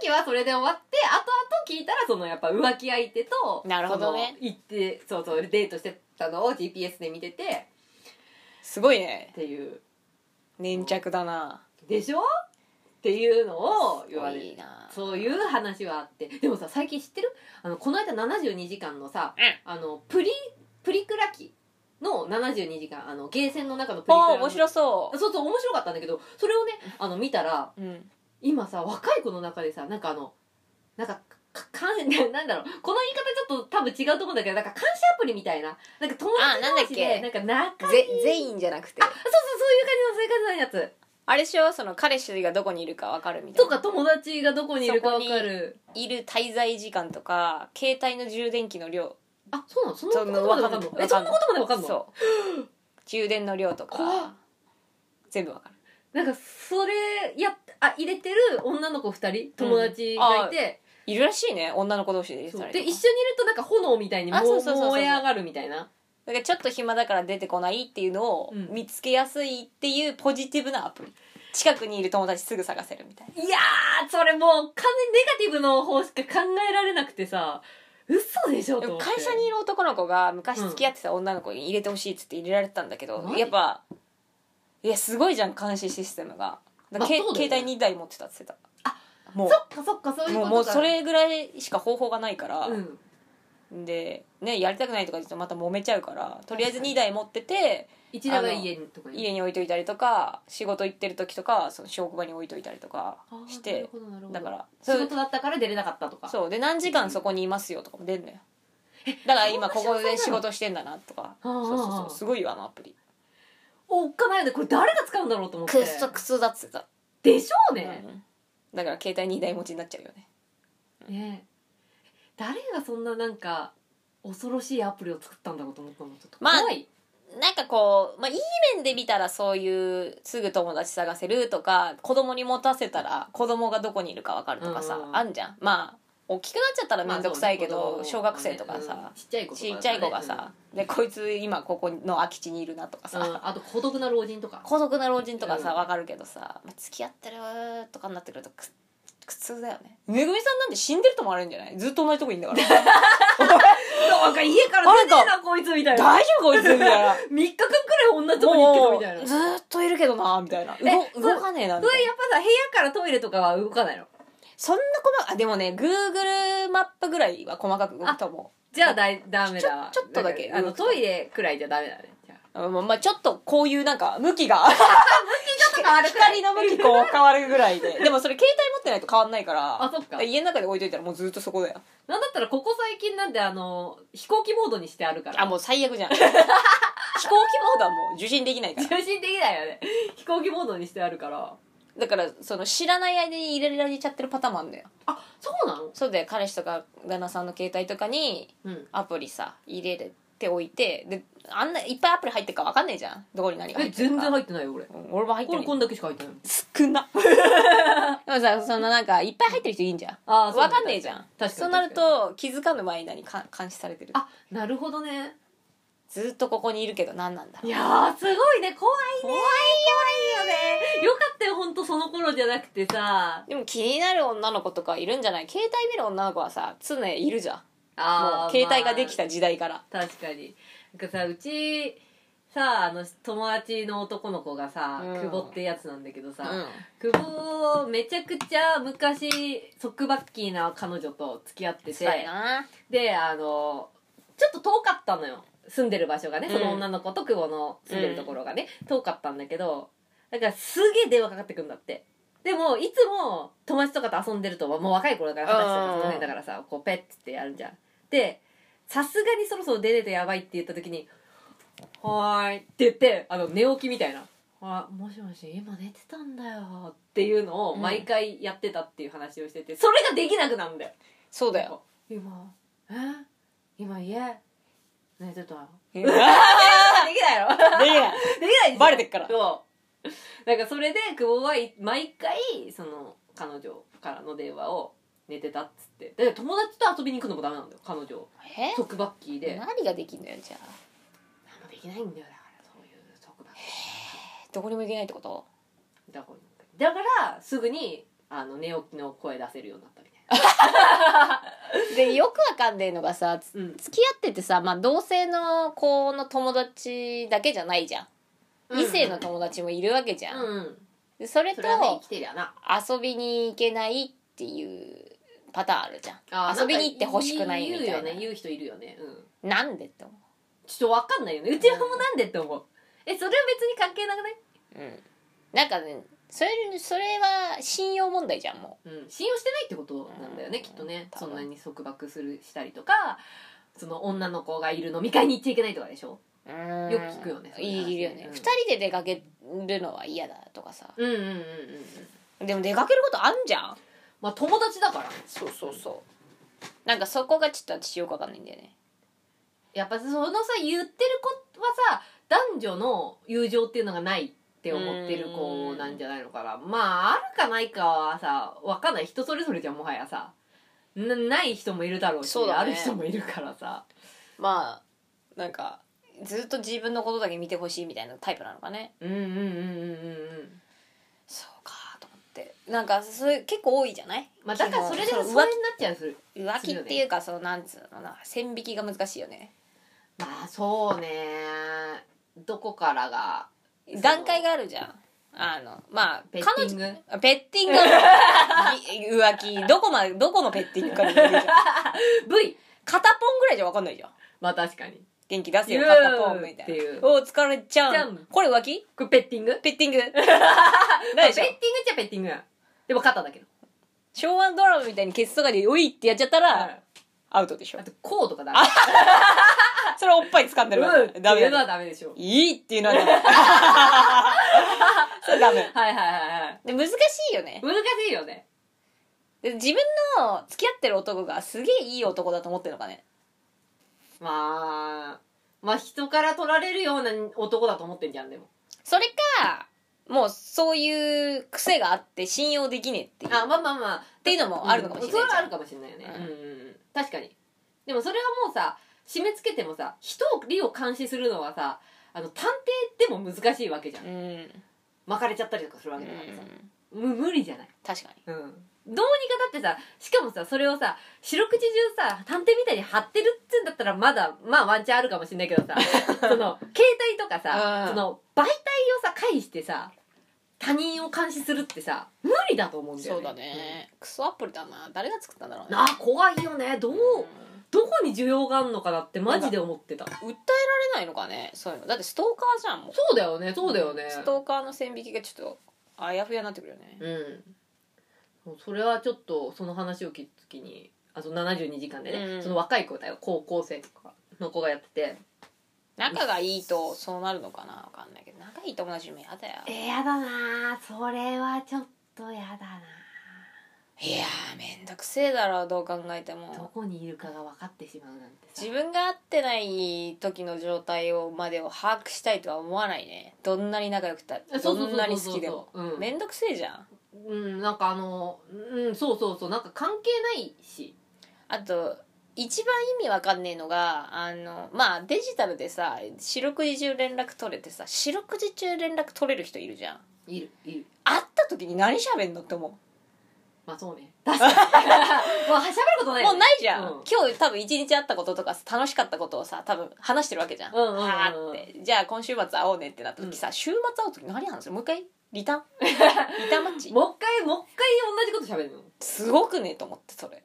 Speaker 2: 時はそれで終わって後々聞いたらそのやっぱ浮気相手と
Speaker 1: なるほどね
Speaker 2: その行ってそうそうデートしてたのを GPS で見てて
Speaker 1: すごいね
Speaker 2: ていう
Speaker 1: 粘着だな
Speaker 2: でしょっていうのを言われ
Speaker 1: い
Speaker 2: る
Speaker 1: いな
Speaker 2: そういう話はあってでもさ最近知ってるあのこの間72時間のさ
Speaker 1: うん
Speaker 2: あのプリプリクラ機の72時間あのゲーセンの中のプリク
Speaker 1: あ
Speaker 2: ラ
Speaker 1: ー面
Speaker 2: い
Speaker 1: 白そ
Speaker 2: そうそう面白かったんだけどそれをねあの見たら
Speaker 1: ううん
Speaker 2: 今さ若い子の中でさなんかあのなんかかかん なんだろうこの言い方ちょっと多分違うと思うんだけどなんか監視アプリみたいななんか友
Speaker 1: あなんだっ
Speaker 2: 達同士
Speaker 1: け
Speaker 2: でなんか仲
Speaker 1: ぜ全員じゃなくて
Speaker 2: あそうそうそういう感じのそういう感じのや
Speaker 1: あれしよその彼氏がどこにいるか分かるみ
Speaker 2: つ
Speaker 1: たい
Speaker 2: と
Speaker 1: な
Speaker 2: か友達がどこにいるかわかる
Speaker 1: いる滞在時間とか携帯の充電器の量
Speaker 2: あそうなのそんなことまでわかんの
Speaker 1: そんなわかんない
Speaker 2: えそんなことまでわかんの
Speaker 1: そう充電の量と
Speaker 2: 怖っ
Speaker 1: か全部分かる
Speaker 2: なんかそれやっあ入れてる女の子2人友達がいて、
Speaker 1: いるらしいね女の子同士で入れて
Speaker 2: そう
Speaker 1: たり
Speaker 2: で
Speaker 1: と
Speaker 2: 一緒にい
Speaker 1: か
Speaker 2: るとなんか炎みたいにも
Speaker 1: あそうそうそうそう
Speaker 2: 燃え上がるみたいな
Speaker 1: だからちょっと暇だから出てこないっていうのを
Speaker 2: うん
Speaker 1: 見つけやすいっていうポジティブなアプリ近くにいる友達すぐ探せるみたいない
Speaker 2: やーそれもう完全にネガティブの方しか考えられなくてさ嘘でしょ
Speaker 1: で
Speaker 2: と思
Speaker 1: も
Speaker 2: って
Speaker 1: 会社にいる男の子が昔付き合ってた女の子に入れてほしいっつって入れられてたんだけど、
Speaker 2: マジ
Speaker 1: やっぱいやすごいじゃん監視システムがだから
Speaker 2: まあ
Speaker 1: け
Speaker 2: そうだよね
Speaker 1: 携帯2台持ってたっつってたもう
Speaker 2: そっかそっかそういう
Speaker 1: も
Speaker 2: こ
Speaker 1: う
Speaker 2: と
Speaker 1: もう
Speaker 2: か
Speaker 1: それぐらいしか方法がないから、
Speaker 2: うん
Speaker 1: で、ね、やりたくないとか言ってまた揉めちゃうからとりあえず2台持ってて
Speaker 2: 一台は家にとかに
Speaker 1: 家に置いといたりとか仕事行ってる時とかその職場に置いといたりとか
Speaker 2: あー
Speaker 1: して
Speaker 2: なるほどなるほ
Speaker 1: だ
Speaker 2: ど
Speaker 1: から
Speaker 2: 仕
Speaker 1: そう
Speaker 2: 事だったから出れなかったとか
Speaker 1: そうで何時間そこにいますよとかも出んのよだから今ここで仕事してんだなとか
Speaker 2: あー
Speaker 1: そうそうそうすごいよあのアプリ
Speaker 2: おっかないよねこれ誰が使うんだろうと思って
Speaker 1: クソクソだっつってた、
Speaker 2: でしょう
Speaker 1: う
Speaker 2: ね、
Speaker 1: ん、だから携帯2台持ちになっちゃうよね
Speaker 2: ねえ誰がそんななんか恐ろしいアプリを作ったんだろうと思ったのちょっと
Speaker 1: まあ
Speaker 2: 怖い、
Speaker 1: なんかこう、まあ、いい面で見たらそういうすぐ友達探せるとか子供に持たせたら子供がどこにいるか分かるとかさ、
Speaker 2: うんうん
Speaker 1: あんじゃんまあ大きくなっちゃったら面倒くさいけど、小学生とかさ、
Speaker 2: うんちっちゃい子とか
Speaker 1: ちっちゃい子がさ、でこいつ今ここの空き地にいるなとか
Speaker 2: う
Speaker 1: さ、
Speaker 2: んうんあと孤独な老人とか
Speaker 1: 孤独な老人とかさ
Speaker 2: うん
Speaker 1: 分かるけどさ、まあ付き合ってるとかになってくるとく苦痛だよねめぐみさんなんて死んでると思われるんじゃないずっと同じとこいんだから
Speaker 2: なんか家から出てえなこいつみたいな
Speaker 1: 大丈夫こいつみたいな
Speaker 2: 3日間くらい同じとこに行ってる
Speaker 1: も
Speaker 2: みたいな
Speaker 1: う
Speaker 2: そ
Speaker 1: ずーっといるけどなみたいな
Speaker 2: え
Speaker 1: 動動かねえなみたいな
Speaker 2: れやっぱさ部屋からトイレとかは動かないの
Speaker 1: そんな細かあでもね Google マップぐらいは細かく動くと思
Speaker 2: じゃあだいダメだわ
Speaker 1: ちょちょっとだけ
Speaker 2: なんかあのトイレくらいじゃダメだねじゃあ
Speaker 1: う、うんまあ、ちょっとこういうなんか向きが
Speaker 2: ちょっと変わるくらい
Speaker 1: 光の向きこう変わるぐらい ででもそれ携帯持ってないと変わんないから
Speaker 2: あそっか
Speaker 1: 家の中で置いといたらもうずっとそこだよ
Speaker 2: なんだったらここ最近なんであの飛行機モードにしてあるから
Speaker 1: あもう最悪じゃん 飛行機モードはもう受信できないから
Speaker 2: 中心的だよね飛行機モードにしてあるから
Speaker 1: だからその知らない間に入れられちゃってるパターンもあるんだよ
Speaker 2: あそうなの
Speaker 1: そうだよ彼氏とか旦那さんの携帯とかに
Speaker 2: うん
Speaker 1: アプリさ入れておいてであんないっぱいアプリ入ってるか分かんないじゃんどこに何が入
Speaker 2: え
Speaker 1: ってる
Speaker 2: 全
Speaker 1: か
Speaker 2: 然入ってないよ俺
Speaker 1: うん俺も入って
Speaker 2: 俺
Speaker 1: ない
Speaker 2: こんだけしか入ってない
Speaker 1: 少 なでもさそのなんかいっぱい入ってる人いいんじゃん
Speaker 2: あ
Speaker 1: 分かんねえじゃん
Speaker 2: 確かに
Speaker 1: そうなると気づかぬ間にか監視されてる
Speaker 2: あなるほどね
Speaker 1: ずっとここにいるけど何なんだろ
Speaker 2: いうやーすごいね怖いね怖いよねよかったよほんとその頃じゃなくてさ
Speaker 1: でも気になる女の子とかいるんじゃない携帯見る女の子はさ常にいるじゃんも
Speaker 2: あ
Speaker 1: う携帯ができ
Speaker 2: た、
Speaker 1: た時代から、
Speaker 2: まあ確かになんかさうちさあの友達の男の子がさ、
Speaker 1: うん
Speaker 2: 久保ってやつなんだけどさ、
Speaker 1: うん
Speaker 2: 久保めちゃくちゃ昔ソックバッキーな彼女と付き合ってて
Speaker 1: 辛いな
Speaker 2: であのちょっと遠かったのよ住んでる場所がね
Speaker 1: うん
Speaker 2: その女の子と久保の住んでるところがね、遠かったんだけどだからすげえ電話かかってくるんだってでもいつも友達とかと遊んでるともう若い頃だから話してたその
Speaker 1: うん
Speaker 2: 辺だからさこうペッつってやるじゃんでさすがにそろそろ出ねえとやばいって言った時に「はーい」って言ってあの寝起きみたいな「あもしもし今寝てたんだよ」っていうのを毎回やってたっていう話をしてて、それができなくなるんだよ
Speaker 1: そうだ よ
Speaker 2: 今え今家寝てたよ
Speaker 1: できな
Speaker 2: できないよ
Speaker 1: い
Speaker 2: できないんですよ
Speaker 1: バレてっから
Speaker 2: そうなんかそれで久保はい毎回その彼女からの電話を寝てたっつってで友達と遊びに行くのもダメなんだよ彼女
Speaker 1: え
Speaker 2: 束縛キーで何
Speaker 1: 何ができんのよじゃあ
Speaker 2: もできないんだよだからそういう束縛
Speaker 1: どこにも行けないってこと
Speaker 2: だからだからすぐにあの寝起きの声出せるようになったみたいな
Speaker 1: でよくわかんねえのがさ
Speaker 2: うん
Speaker 1: 付き合っててさ、まあ、同性の子の友達だけじゃないじゃん
Speaker 2: うん
Speaker 1: 異性の友達もいるわけじゃん、
Speaker 2: うん
Speaker 1: でそれ
Speaker 2: そ
Speaker 1: と
Speaker 2: れはね生きてりゃな
Speaker 1: 遊びに行けないっていうパターンあるじゃ
Speaker 2: あ
Speaker 1: ん
Speaker 2: ー
Speaker 1: 遊びに行ってほしくないみたい
Speaker 2: ん
Speaker 1: な
Speaker 2: か言うよね言う人いるよねうん
Speaker 1: なんでって思
Speaker 2: ちょっとわかんないよねうちはもうなんでって思うえそれは別に関係なくないう
Speaker 1: うんなんかねそれそれは信用問題じゃんも
Speaker 2: うん、信用してないってことなんだよね、
Speaker 1: うん
Speaker 2: きっとね
Speaker 1: 多
Speaker 2: そ
Speaker 1: 分
Speaker 2: んなに束縛するしたりとかその女の子がいる飲み会に行っちゃいけないとかでしょ
Speaker 1: ううん
Speaker 2: よく聞くよねそういう話
Speaker 1: いるよね、
Speaker 2: うん
Speaker 1: 二人で出かけるのは嫌だとかさ
Speaker 2: うんうんうんうん
Speaker 1: でも出かけることあんじゃん
Speaker 2: まあ友達だから
Speaker 1: そうそうそうなんかそこがちょっと私よくわかんないんだよね
Speaker 2: やっぱそのさ言ってる子はさ男女の友情っていうのがないって思ってる子なんじゃないのかなまああるかないかはさわかんない人それぞれじゃんもはやさなない人もいるだろうし
Speaker 1: そうだね
Speaker 2: ある人もいるからさ
Speaker 1: まあなんかずっと自分のことだけ見てほしいみたいなタイプなのかね
Speaker 2: うんうんうんうんうんうん
Speaker 1: そうかと思ってなんかそれ結構多いじゃない
Speaker 2: まあだからそれで
Speaker 1: 基
Speaker 2: そ
Speaker 1: 本
Speaker 2: れ
Speaker 1: そ
Speaker 2: に
Speaker 1: の
Speaker 2: なっちゃうする
Speaker 1: 浮気っていうかそのなんつうのかな線引きが難しいよね
Speaker 2: まあそうねどこからがの
Speaker 1: 段階があるじゃんあのまあ
Speaker 2: ペッ
Speaker 1: 彼
Speaker 2: ティン
Speaker 1: 女
Speaker 2: グ
Speaker 1: あペッティングい 浮気どこまでどこのペッティングかによるじゃん
Speaker 2: V
Speaker 1: 片ポンぐらいじゃ分かんないじゃん
Speaker 2: まあ確かに
Speaker 1: 元気出せよ
Speaker 2: うー
Speaker 1: 片ポンみた
Speaker 2: っ
Speaker 1: い
Speaker 2: て
Speaker 1: な
Speaker 2: いう
Speaker 1: お疲れちゃ
Speaker 2: ちゃ
Speaker 1: うんんこれ浮気
Speaker 2: これペッティング
Speaker 1: ペッテ ィング
Speaker 2: まあ
Speaker 1: ない
Speaker 2: ペッ
Speaker 1: でし
Speaker 2: ティ
Speaker 1: ょ
Speaker 2: ングっちゃペッティングでも肩だけど
Speaker 1: 昭和ドラマみたいにケツとかで「おい!」ってやっちゃったら、
Speaker 2: あ
Speaker 1: アウトでしょ
Speaker 2: とこうとかだ
Speaker 1: それおっぱい掴んで
Speaker 2: う
Speaker 1: る
Speaker 2: ん
Speaker 1: わ、
Speaker 2: っていう
Speaker 1: ダメだ
Speaker 2: の
Speaker 1: ね
Speaker 2: はダメでしょ
Speaker 1: いいっていうのは ダメそれダメ
Speaker 2: はいはいはいはい
Speaker 1: で難しいよね
Speaker 2: 難しいよね
Speaker 1: で自分の付き合ってる男がすげえいい男だと思ってるのかね
Speaker 2: まあまあ人から取られるような男だと思ってんじゃんでも
Speaker 1: それかもうそういう癖があって信用できねえっていう
Speaker 2: あまあまあまあって
Speaker 1: いうのもあるのかもしれない
Speaker 2: それはあるかもしれないよね
Speaker 1: うん
Speaker 2: うんうんうん確かにでもそれはもうさ締め付けてもさ人を理を監視するのはさあの探偵でも難しいわけじゃん
Speaker 1: うん、
Speaker 2: 巻かれちゃったりとかするわ
Speaker 1: う
Speaker 2: けだからさ、
Speaker 1: ん、
Speaker 2: む無理じゃない
Speaker 1: 確かに
Speaker 2: うんどうにかだってさしかもさそれをさ四六時中さ探偵みたいに貼ってるってんだったらまだまあワンチャンあるかもしんないけど さその携帯とかさ
Speaker 1: うん
Speaker 2: その媒体をさ介してさ他人を監視するってさ無理だと思うんだよ
Speaker 1: そ
Speaker 2: ね
Speaker 1: うだね、クソアプリだな誰が作ったんだろう
Speaker 2: うん
Speaker 1: ね
Speaker 2: なあ怖いよねどう
Speaker 1: うん
Speaker 2: どこに需要があるのかなってマジで思ってた
Speaker 1: 訴えられないのかねそういうのだってストーカーじゃんもう
Speaker 2: そうだよねそうだよね
Speaker 1: ストーカーの線引きがちょっとあやふやになってくるよね
Speaker 2: うんそれはちょっとその話を聞くときにあと72時間でね、
Speaker 1: うん
Speaker 2: その若い子だよ高校生とかの子がやってて
Speaker 1: 仲がいいとそうなるのかなわかんないけど仲いい友達も嫌だよ
Speaker 2: えやだなそれはちょっとやだ
Speaker 1: いやーめんどくせえだろどう考えて
Speaker 2: など
Speaker 1: も
Speaker 2: こにいるかが分かってしまうなんてさ
Speaker 1: 自分が会ってない時の状態をまでを把握したいとは思わないねどんなに仲良くた
Speaker 2: え
Speaker 1: どんなに好きでも
Speaker 2: そうそうそうそう
Speaker 1: めんどくせえじゃん
Speaker 2: うん、うん、なんかあのうんそうそうそうなんか関係ないし
Speaker 1: あと一番意味わかんねえのがあのまあデジタルでさ四六時中連絡取れてさ四六時中連絡取れる人いるじゃん
Speaker 2: いるいる
Speaker 1: 会った時に何喋んのって思う
Speaker 2: まあそう ね確かにもうはしゃべることない
Speaker 1: もう
Speaker 2: よね
Speaker 1: ないじゃん、
Speaker 2: うん
Speaker 1: 今日多分一日会ったこととかさ楽しかったことをさ多分話してるわけじゃん,、
Speaker 2: うんうんうんうん
Speaker 1: はーってじゃあ今週末会おうねってなった時さ、週末会う時何話すのもう一回リ ターンリターンマッチ
Speaker 2: もう一回もう一回同じこと喋るの
Speaker 1: すごくねと思ってそれ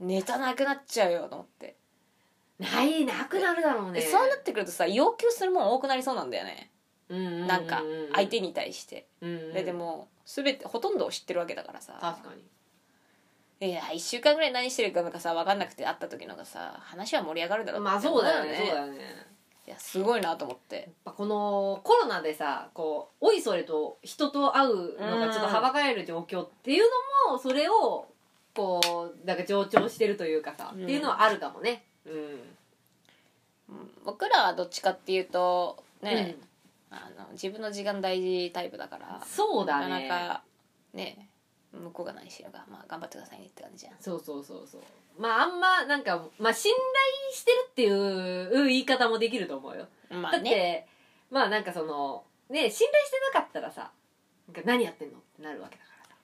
Speaker 1: ネタなくなっちゃうよと思って、
Speaker 2: ないなくなるだろうね
Speaker 1: でそうなってくるとさ要求するもん多くなりそうなんだよね
Speaker 2: な
Speaker 1: なんか相手に対して、ででも全てほとんどを知ってるわけだからさ
Speaker 2: 確かに
Speaker 1: いや1週間ぐらい何してるかなんかさ分かんなくて会った時のがさ話は盛り上がるだろ
Speaker 2: まあそうだよ
Speaker 1: っ
Speaker 2: ね
Speaker 1: て
Speaker 2: そ
Speaker 1: 思
Speaker 2: うだよね
Speaker 1: いやすごいなと思って
Speaker 2: やっぱこのコロナでさこうおいそれと人と会うのがちょっとはばかられる状況っていうのもそれをこうなんか上長してるというかさ、
Speaker 1: うん
Speaker 2: っていうのはあるかもねうん
Speaker 1: うん僕らはどっちかっていうとね、あの自分の時間大事タイプだから
Speaker 2: うんそうだ
Speaker 1: なかな
Speaker 2: ね
Speaker 1: かね向こうが何してるか、まあ、頑張ってくださいねって感じじゃん
Speaker 2: そうそうそうそうまああんまなんか、まあ、信頼してるっていう言い方もできると思うよ
Speaker 1: まあ
Speaker 2: だっ
Speaker 1: ね
Speaker 2: てまあなんかそのね信頼してなかったらさなんか何やってんのってなるわけだからさ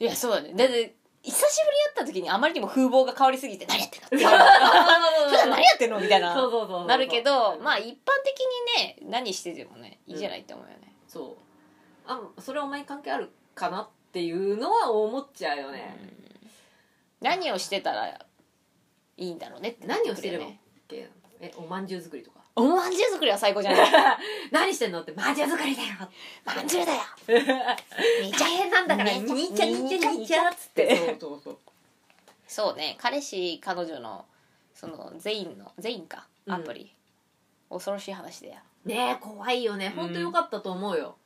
Speaker 1: いやそうだねだって久しぶり会った時にあまりにも風貌が変わりすぎて何やってんの
Speaker 2: そう
Speaker 1: 普
Speaker 2: そう
Speaker 1: 段何やってんのみたいな
Speaker 2: そうそう
Speaker 1: なるけどまあ
Speaker 2: あ
Speaker 1: 一般的にね何しててもねいいじゃないって思うよね、
Speaker 2: そうあそれお前に関係あるかなっていうのは思っちゃうよね、
Speaker 1: うん何をしてたらいいんだろうねってな
Speaker 2: 何を
Speaker 1: く
Speaker 2: し
Speaker 1: るよ
Speaker 2: てるのっ
Speaker 1: ね
Speaker 2: てえおまんじゅう作りとか
Speaker 1: おまんじゅう作りは最高じゃない
Speaker 2: 何してんのってまんじゅう作りだよ
Speaker 1: まんじゅう だよめちゃ
Speaker 2: 大変なんだから
Speaker 1: めちゃ
Speaker 2: にちゃにちゃにちゃっつっ
Speaker 1: にちゃ
Speaker 2: て
Speaker 1: っつっ
Speaker 2: そうそうそう
Speaker 1: そうね彼氏彼女のそのゼインのゼインか
Speaker 2: うん
Speaker 1: アプリ、恐ろしい話だよ
Speaker 2: ねえ怖いよね
Speaker 1: うん
Speaker 2: 本当良かったと思うよ、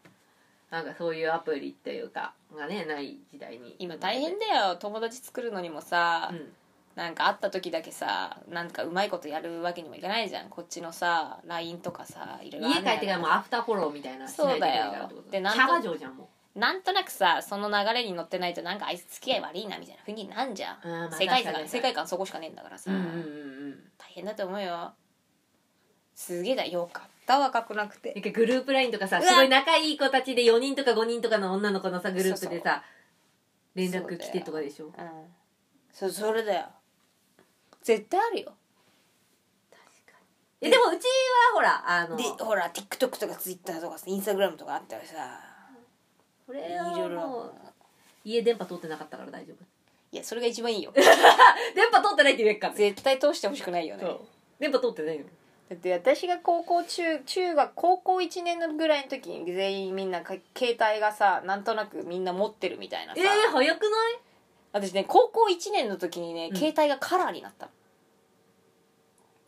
Speaker 2: なんかそういうアプリっていうかがねない時代に
Speaker 1: 今大変だよ友達作るのにもさ、
Speaker 2: うん
Speaker 1: なんか会った時だけさなんかうまいことやるわけにもいかないじゃんこっちのさ LINE とかさいろいろあ
Speaker 2: 家
Speaker 1: ん
Speaker 2: 帰
Speaker 1: だよ
Speaker 2: ってからもうアフターフォローみたいなしないといけないからってこと
Speaker 1: そうだよでなん
Speaker 2: キ
Speaker 1: と
Speaker 2: ャバ嬢じゃんも
Speaker 1: なんとなくさその流れに乗ってないとなんかあいつ付き合い悪いなみたいな雰囲気になんじゃん、
Speaker 2: う、うんまあ
Speaker 1: 世界観
Speaker 2: 確かに
Speaker 1: 世界観そこしかねえんだからさ、
Speaker 2: うんうんうんうん
Speaker 1: 大変だと思うよすげえだよかった若くなくて
Speaker 2: なんかグループラインとかさ
Speaker 1: うわ
Speaker 2: すごい仲いい子たちで4人とか5人とかの女の子のさグループでさ連絡来てとかでしょ
Speaker 1: うんそそれだよ絶対あるよ
Speaker 2: えでもうちはほらあの
Speaker 1: でほら TikTok とか Twitter とかさ Instagram とかあったらさ
Speaker 2: こ
Speaker 1: い
Speaker 2: れ
Speaker 1: ろ
Speaker 2: はいも
Speaker 1: ろ
Speaker 2: う家電波通ってなかったから大丈夫
Speaker 1: いやそれが一番いいよ
Speaker 2: 電波通ってないって言えっからね
Speaker 1: 絶対通してほしくないよね
Speaker 2: そう電波通ってないよ
Speaker 1: だって私が高校中中学高校1年のぐらいの時に全員みんなか携帯がさなんとなくみんな持ってるみたいなさ、
Speaker 2: えー、早くない
Speaker 1: 私ね高校1年の時にね
Speaker 2: うん
Speaker 1: 携帯がカラーになったの、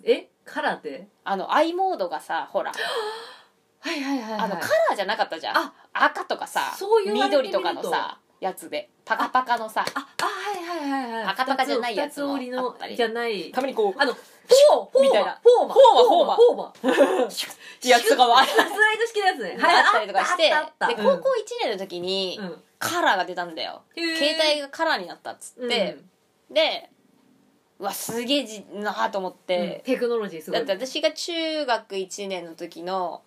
Speaker 2: えカラーって
Speaker 1: あの i モードがさほら
Speaker 2: はいはいはい、
Speaker 1: あのカラーじゃなかったじゃん
Speaker 2: あ
Speaker 1: 赤とかさ
Speaker 2: そう言われてみる
Speaker 1: 緑
Speaker 2: と
Speaker 1: とかのさやつでパカパカのさ
Speaker 2: ああはいはいはいはい
Speaker 1: パカパカじゃないやつも
Speaker 2: 二つ折り
Speaker 1: あ
Speaker 2: の
Speaker 1: ったり
Speaker 2: じゃない
Speaker 1: たまにこう
Speaker 2: あのフォーフォー
Speaker 1: みたいな
Speaker 2: フォーマ
Speaker 1: フォーマ
Speaker 2: フォーマフォーマ
Speaker 1: シュッってやつとかもある
Speaker 2: スライド式のやつね
Speaker 1: あったりとかして
Speaker 2: あったあっ
Speaker 1: で
Speaker 2: た
Speaker 1: 高校1年の時に
Speaker 2: うん
Speaker 1: カラーが出たんだよ、
Speaker 2: うん
Speaker 1: 携帯がカラーになったっつって、
Speaker 2: うん
Speaker 1: でうわすげえじなあと思っ
Speaker 2: うん
Speaker 1: て、
Speaker 2: テクノロジーすご
Speaker 1: だ
Speaker 2: い
Speaker 1: って私が中学1年の時の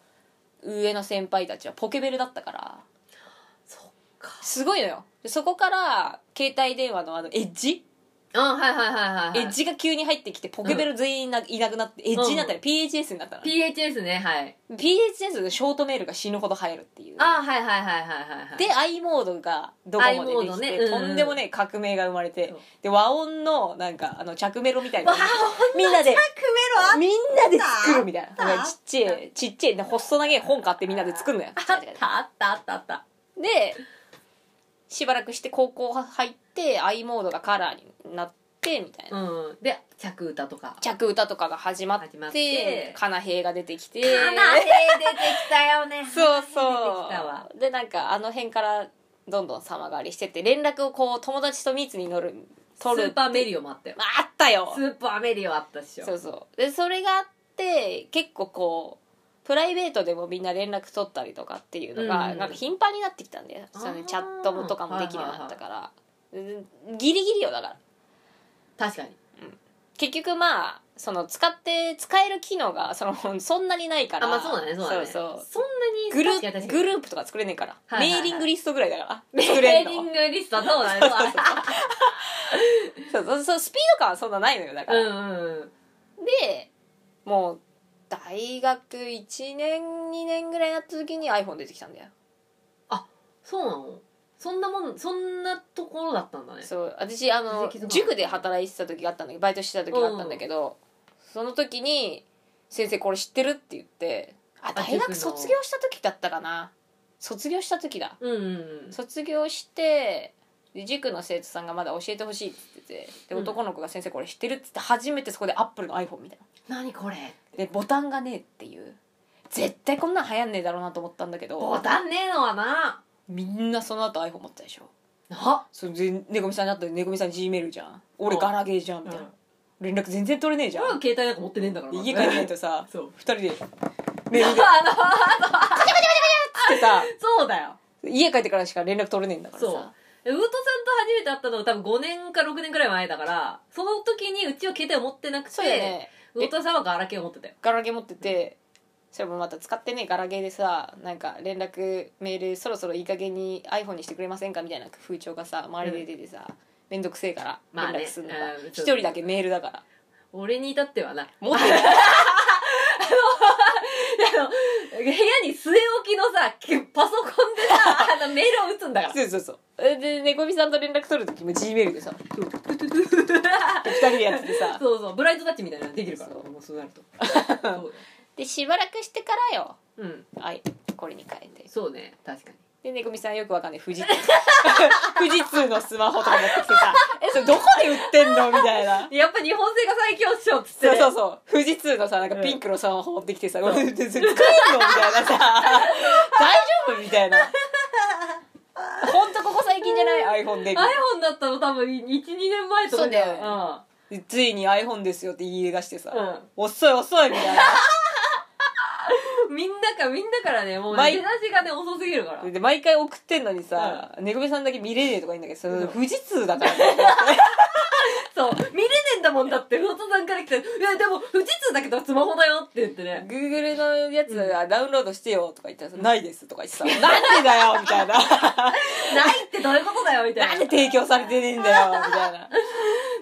Speaker 1: 上の先輩たちはポケベルだったから
Speaker 2: そっか
Speaker 1: すごいのよでそこから携帯電話のあのエッジ、
Speaker 2: あはいはいはいはい、
Speaker 1: エ
Speaker 2: は
Speaker 1: ッ
Speaker 2: い、
Speaker 1: ジが急に入ってきてポケベル全員ないなくなってエッジになったり、PHS になったの、
Speaker 2: PHS ねはい
Speaker 1: PHS でショートメールが死ぬほど流行るっていう
Speaker 2: あはいはいはいはいはいはい
Speaker 1: で i モードがどこまで
Speaker 2: i モ
Speaker 1: で
Speaker 2: ード
Speaker 1: き
Speaker 2: ね
Speaker 1: て、
Speaker 2: うん
Speaker 1: とんでもねえ革命が生まれて
Speaker 2: そう
Speaker 1: で和音のなんかあの着メロみたいな
Speaker 2: わあ
Speaker 1: のみんなで
Speaker 2: クメロ
Speaker 1: みんなで作るみたい
Speaker 2: あった
Speaker 1: なちっちゃいちっちゃいね細長い本買ってみんなで作るのよ
Speaker 2: あったあったあったあった
Speaker 1: でしばらくして高校入って i モードがカラーになってみたいな、
Speaker 2: うんで着歌とか
Speaker 1: 着歌とかが始まって
Speaker 2: 始まって
Speaker 1: カナヘイが出てきて
Speaker 2: かなへ出てきたよね
Speaker 1: そう
Speaker 2: 出てきたわ
Speaker 1: そうでなんかあの辺からどんどん様変わりしてって連絡をこう友達と密に乗る取
Speaker 2: ス
Speaker 1: る
Speaker 2: ーパーメリオもあったよ
Speaker 1: まああったよ
Speaker 2: スーパーメリオあったっしょ
Speaker 1: そうそうでそれがあって結構こうプライベートでもみんな連絡取ったりとかっていうのが、
Speaker 2: うん
Speaker 1: なんか頻繁になってきたんだよ
Speaker 2: あー
Speaker 1: そのチャットもとかもできるようになったから、うんギリギリよだから
Speaker 2: 確かに
Speaker 1: 結局まあその使って使える機能がその そんなにないか
Speaker 2: あ
Speaker 1: ら
Speaker 2: まあそうだねそうだね
Speaker 1: そう
Speaker 2: そん
Speaker 1: そう
Speaker 2: な
Speaker 1: グ
Speaker 2: に
Speaker 1: ル
Speaker 2: 確かに確か
Speaker 1: グ
Speaker 2: に
Speaker 1: ループとか作れねえから、
Speaker 2: はいはいはい
Speaker 1: メーリングリストぐらいだから作
Speaker 2: メ
Speaker 1: れんの
Speaker 2: ーリングリストそうだねそうだね
Speaker 1: そうそうそうスピード感はそんなないのよだか
Speaker 2: う
Speaker 1: ら、
Speaker 2: んうんうん
Speaker 1: でもう大学1年2年ぐらいになった時に iPhone 出てきたんだよ
Speaker 2: そうなのそんなもんそんなところだったんだね
Speaker 1: そう私あの
Speaker 2: 気づきとか
Speaker 1: 塾で働いてた時があったんだけどバイトしてた時があったんだけど、その時に「先生これ知ってる?」って言ってあ大
Speaker 2: 塾の
Speaker 1: 学卒業した時だったかな卒業した時だ
Speaker 2: うんうんうん
Speaker 1: 卒業してで塾の生徒さんがまだ教えてほしいって言っててで
Speaker 2: うん
Speaker 1: 男の子が「先生これ知ってる?」って言って初めてそこでアップルの iPhone みたいな
Speaker 2: 何これ
Speaker 1: でボタンがねえっていう絶対こんなん流行んねえだろうなと思ったんだけ
Speaker 2: ボ
Speaker 1: ど
Speaker 2: タンねえのはな
Speaker 1: みんなその後 iPhone 持ってたでしょ
Speaker 2: な
Speaker 1: それでねこみさんに会ったらねこみさん G メールじゃん俺
Speaker 2: うん
Speaker 1: ガラゲーじゃんみ
Speaker 2: うん
Speaker 1: たいな連絡全然取れねえじゃ
Speaker 2: 俺は
Speaker 1: ん
Speaker 2: 携帯なんか持ってねえんだから
Speaker 1: 家帰ってないとさ
Speaker 2: そう
Speaker 1: 二人でメールで
Speaker 2: あの
Speaker 1: って さ
Speaker 2: そうだよ
Speaker 1: 家帰ってからしか連絡取れねえんだから
Speaker 2: そう
Speaker 1: さ。
Speaker 2: ウートさんと初めて会ったのが多分5年か6年くらい前だから、その時にうちは携帯を持ってなくて、
Speaker 1: そうだよね
Speaker 2: ウートさんはガラケーを持ってたよ。
Speaker 1: ガラゲー持っててそれもまた使ってねえガラゲーでさなんか連絡メールそろそろいい加減に iPhone にしてくれませんかみたいな風潮がさ周りで出てさ、めんどくせえから
Speaker 2: まあね
Speaker 1: 連絡するのが
Speaker 2: うん
Speaker 1: 一人だけメールだから
Speaker 2: 俺に至ってはない。
Speaker 1: 持 ってない
Speaker 2: あの、部屋に据え置きのさ、パソコンで さ、あのメールを打つんだから。
Speaker 1: そうそうそうで猫みさんと連絡取る時も G メールで さ「今日二人でやっててさ
Speaker 2: そうそう、ブライトタッチみたいなのできるから。
Speaker 1: そう
Speaker 2: もうそうなると。そうだよ
Speaker 1: でしばらくしてからよ
Speaker 2: うん、
Speaker 1: はいこれに変えて
Speaker 2: そうね、確かに。
Speaker 1: で猫みさんよくわかんない富士通 富士通のスマホとか持ってきてさ「えそれどこで売ってんの?」みたいな
Speaker 2: やっぱ日本製が最強っしょっつって
Speaker 1: そ
Speaker 2: ね、
Speaker 1: うそうそう富士通のさなんかピンクのスマホ持ってきてさ「 これ全然使えんの?」みたいなさ「大丈夫?」みたいなほんとここ最近じゃない iPhone で
Speaker 2: iPhone だったの多分12年前とか
Speaker 1: そうだ
Speaker 2: よ、
Speaker 1: ついに iPhone ですよって言い出してさ「
Speaker 2: うん
Speaker 1: 遅い遅い」みたい な
Speaker 2: うん、みんなかみんなからねもうね
Speaker 1: 毎
Speaker 2: 出だしがね遅すぎるから
Speaker 1: で毎回送ってんのにさ「ねこみさんだけ見れねえ」とか言うんだけどそれ
Speaker 2: うん
Speaker 1: 富士通だからね
Speaker 2: そう見れねえんだもんだってフロトさんから来て「いやでも富士通だけどスマホだよ」って言ってね
Speaker 1: Google のやつはダウンロードしてよとか言ったらさ「ないです」とか言ってさ「なんでだよ」みた いな
Speaker 2: 「ないってどういうことだよ」み
Speaker 1: 「な
Speaker 2: たい
Speaker 1: ん
Speaker 2: な
Speaker 1: で提供されてねえんだよ」みたいな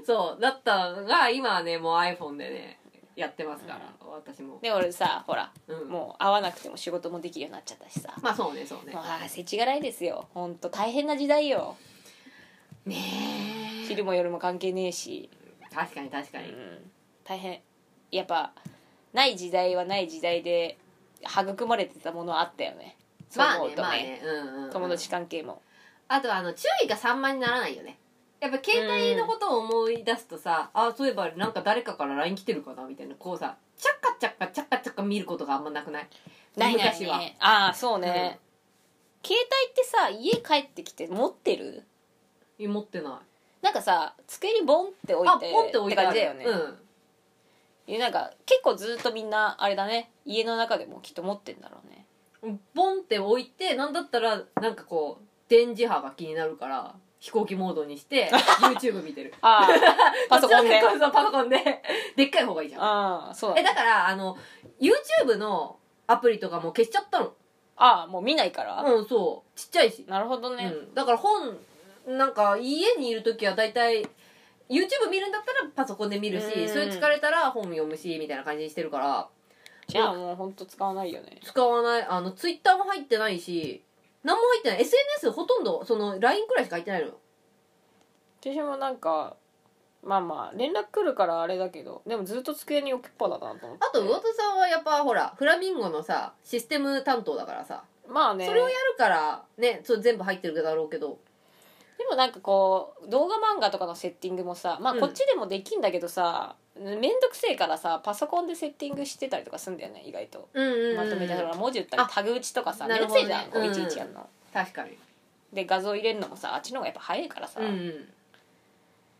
Speaker 2: そうだったのが今はねもう iPhone でねやってますから、私 も、
Speaker 1: で俺さほら
Speaker 2: うん、
Speaker 1: もう会わなくても仕事もできるようになっちゃったしさ
Speaker 2: まあそうねそうね
Speaker 1: もうああ世知辛いですよほんと大変な時代よ
Speaker 2: ねえ
Speaker 1: 昼も夜も関係ねえし、
Speaker 2: 確かに確か
Speaker 1: う
Speaker 2: に、
Speaker 1: ん、大変やっぱない時代はない時代で育まれてたものはあったよねそう
Speaker 2: まあ
Speaker 1: 思う
Speaker 2: ね
Speaker 1: とね,、
Speaker 2: まあね、うんうん、
Speaker 1: 友達関係も
Speaker 2: あとあの注意が散漫にならないよねやっぱ携帯のことを思い出すとさ、あそういえばなんか誰かから LINE 来てるかなみたいなこうさチャカチャカチャカチャカ見ることがあんまなくない
Speaker 1: ないない
Speaker 2: 昔は
Speaker 1: ねああそうね、携帯ってさ家帰ってきて持ってる
Speaker 2: え持ってない
Speaker 1: なんかさ机にボンって置い
Speaker 2: あ
Speaker 1: て
Speaker 2: ポンって置いてある
Speaker 1: って感じだよね、いやなんか結構ずっとみんなあれだね家の中でもきっと持ってんだろうね
Speaker 2: うんポンって置いてなんだったらなんかこう電磁波が気になるから飛行機モードにし て YouTube 見てる
Speaker 1: ああパソコンで
Speaker 2: そう そうパソコンででっかい方がいいじゃん
Speaker 1: ああそうだ
Speaker 2: えだからあの YouTube のアプリとかも消しちゃったの
Speaker 1: ああもう見ないから、
Speaker 2: うんそうちっちゃいし
Speaker 1: なるほどね、
Speaker 2: うん、だから本なんか家にいる時は大体 YouTube 見るんだったらパソコンで見るし、
Speaker 1: うん
Speaker 2: それ疲れたら本読むしみたいな感じにしてるから
Speaker 1: じゃあもうほんと使わないよね
Speaker 2: 使わないあの Twitter も入ってないし何も入ってない SNS ほとんどその LINE くらいしか入ってないのよ
Speaker 1: 私もなんかまあまあ連絡来るからあれだけどでもずっと机に置きっぱだなと思って
Speaker 2: あと魚田さんはやっぱほらフラミンゴのさシステム担当だからさ、
Speaker 1: まあね
Speaker 2: それをやるからねそう全部入ってるだろうけど
Speaker 1: でもなんかこう動画漫画とかのセッティングもさまあ
Speaker 2: うん
Speaker 1: こっちでもできんだけどさ、めんどくせえからさパソコンでセッティングしてたりとかすんだよね意外と
Speaker 2: うんうん、
Speaker 1: まとめたほら文字打ったり
Speaker 2: あ
Speaker 1: タグ打ちとかさめ
Speaker 2: なんる
Speaker 1: ど
Speaker 2: ほ
Speaker 1: く
Speaker 2: ど
Speaker 1: せえ
Speaker 2: ね
Speaker 1: じゃんこう
Speaker 2: うん
Speaker 1: いちいちやるの、
Speaker 2: 確かに
Speaker 1: で画像入れるのもさあっちの方がやっぱ早いからさ、
Speaker 2: うんうん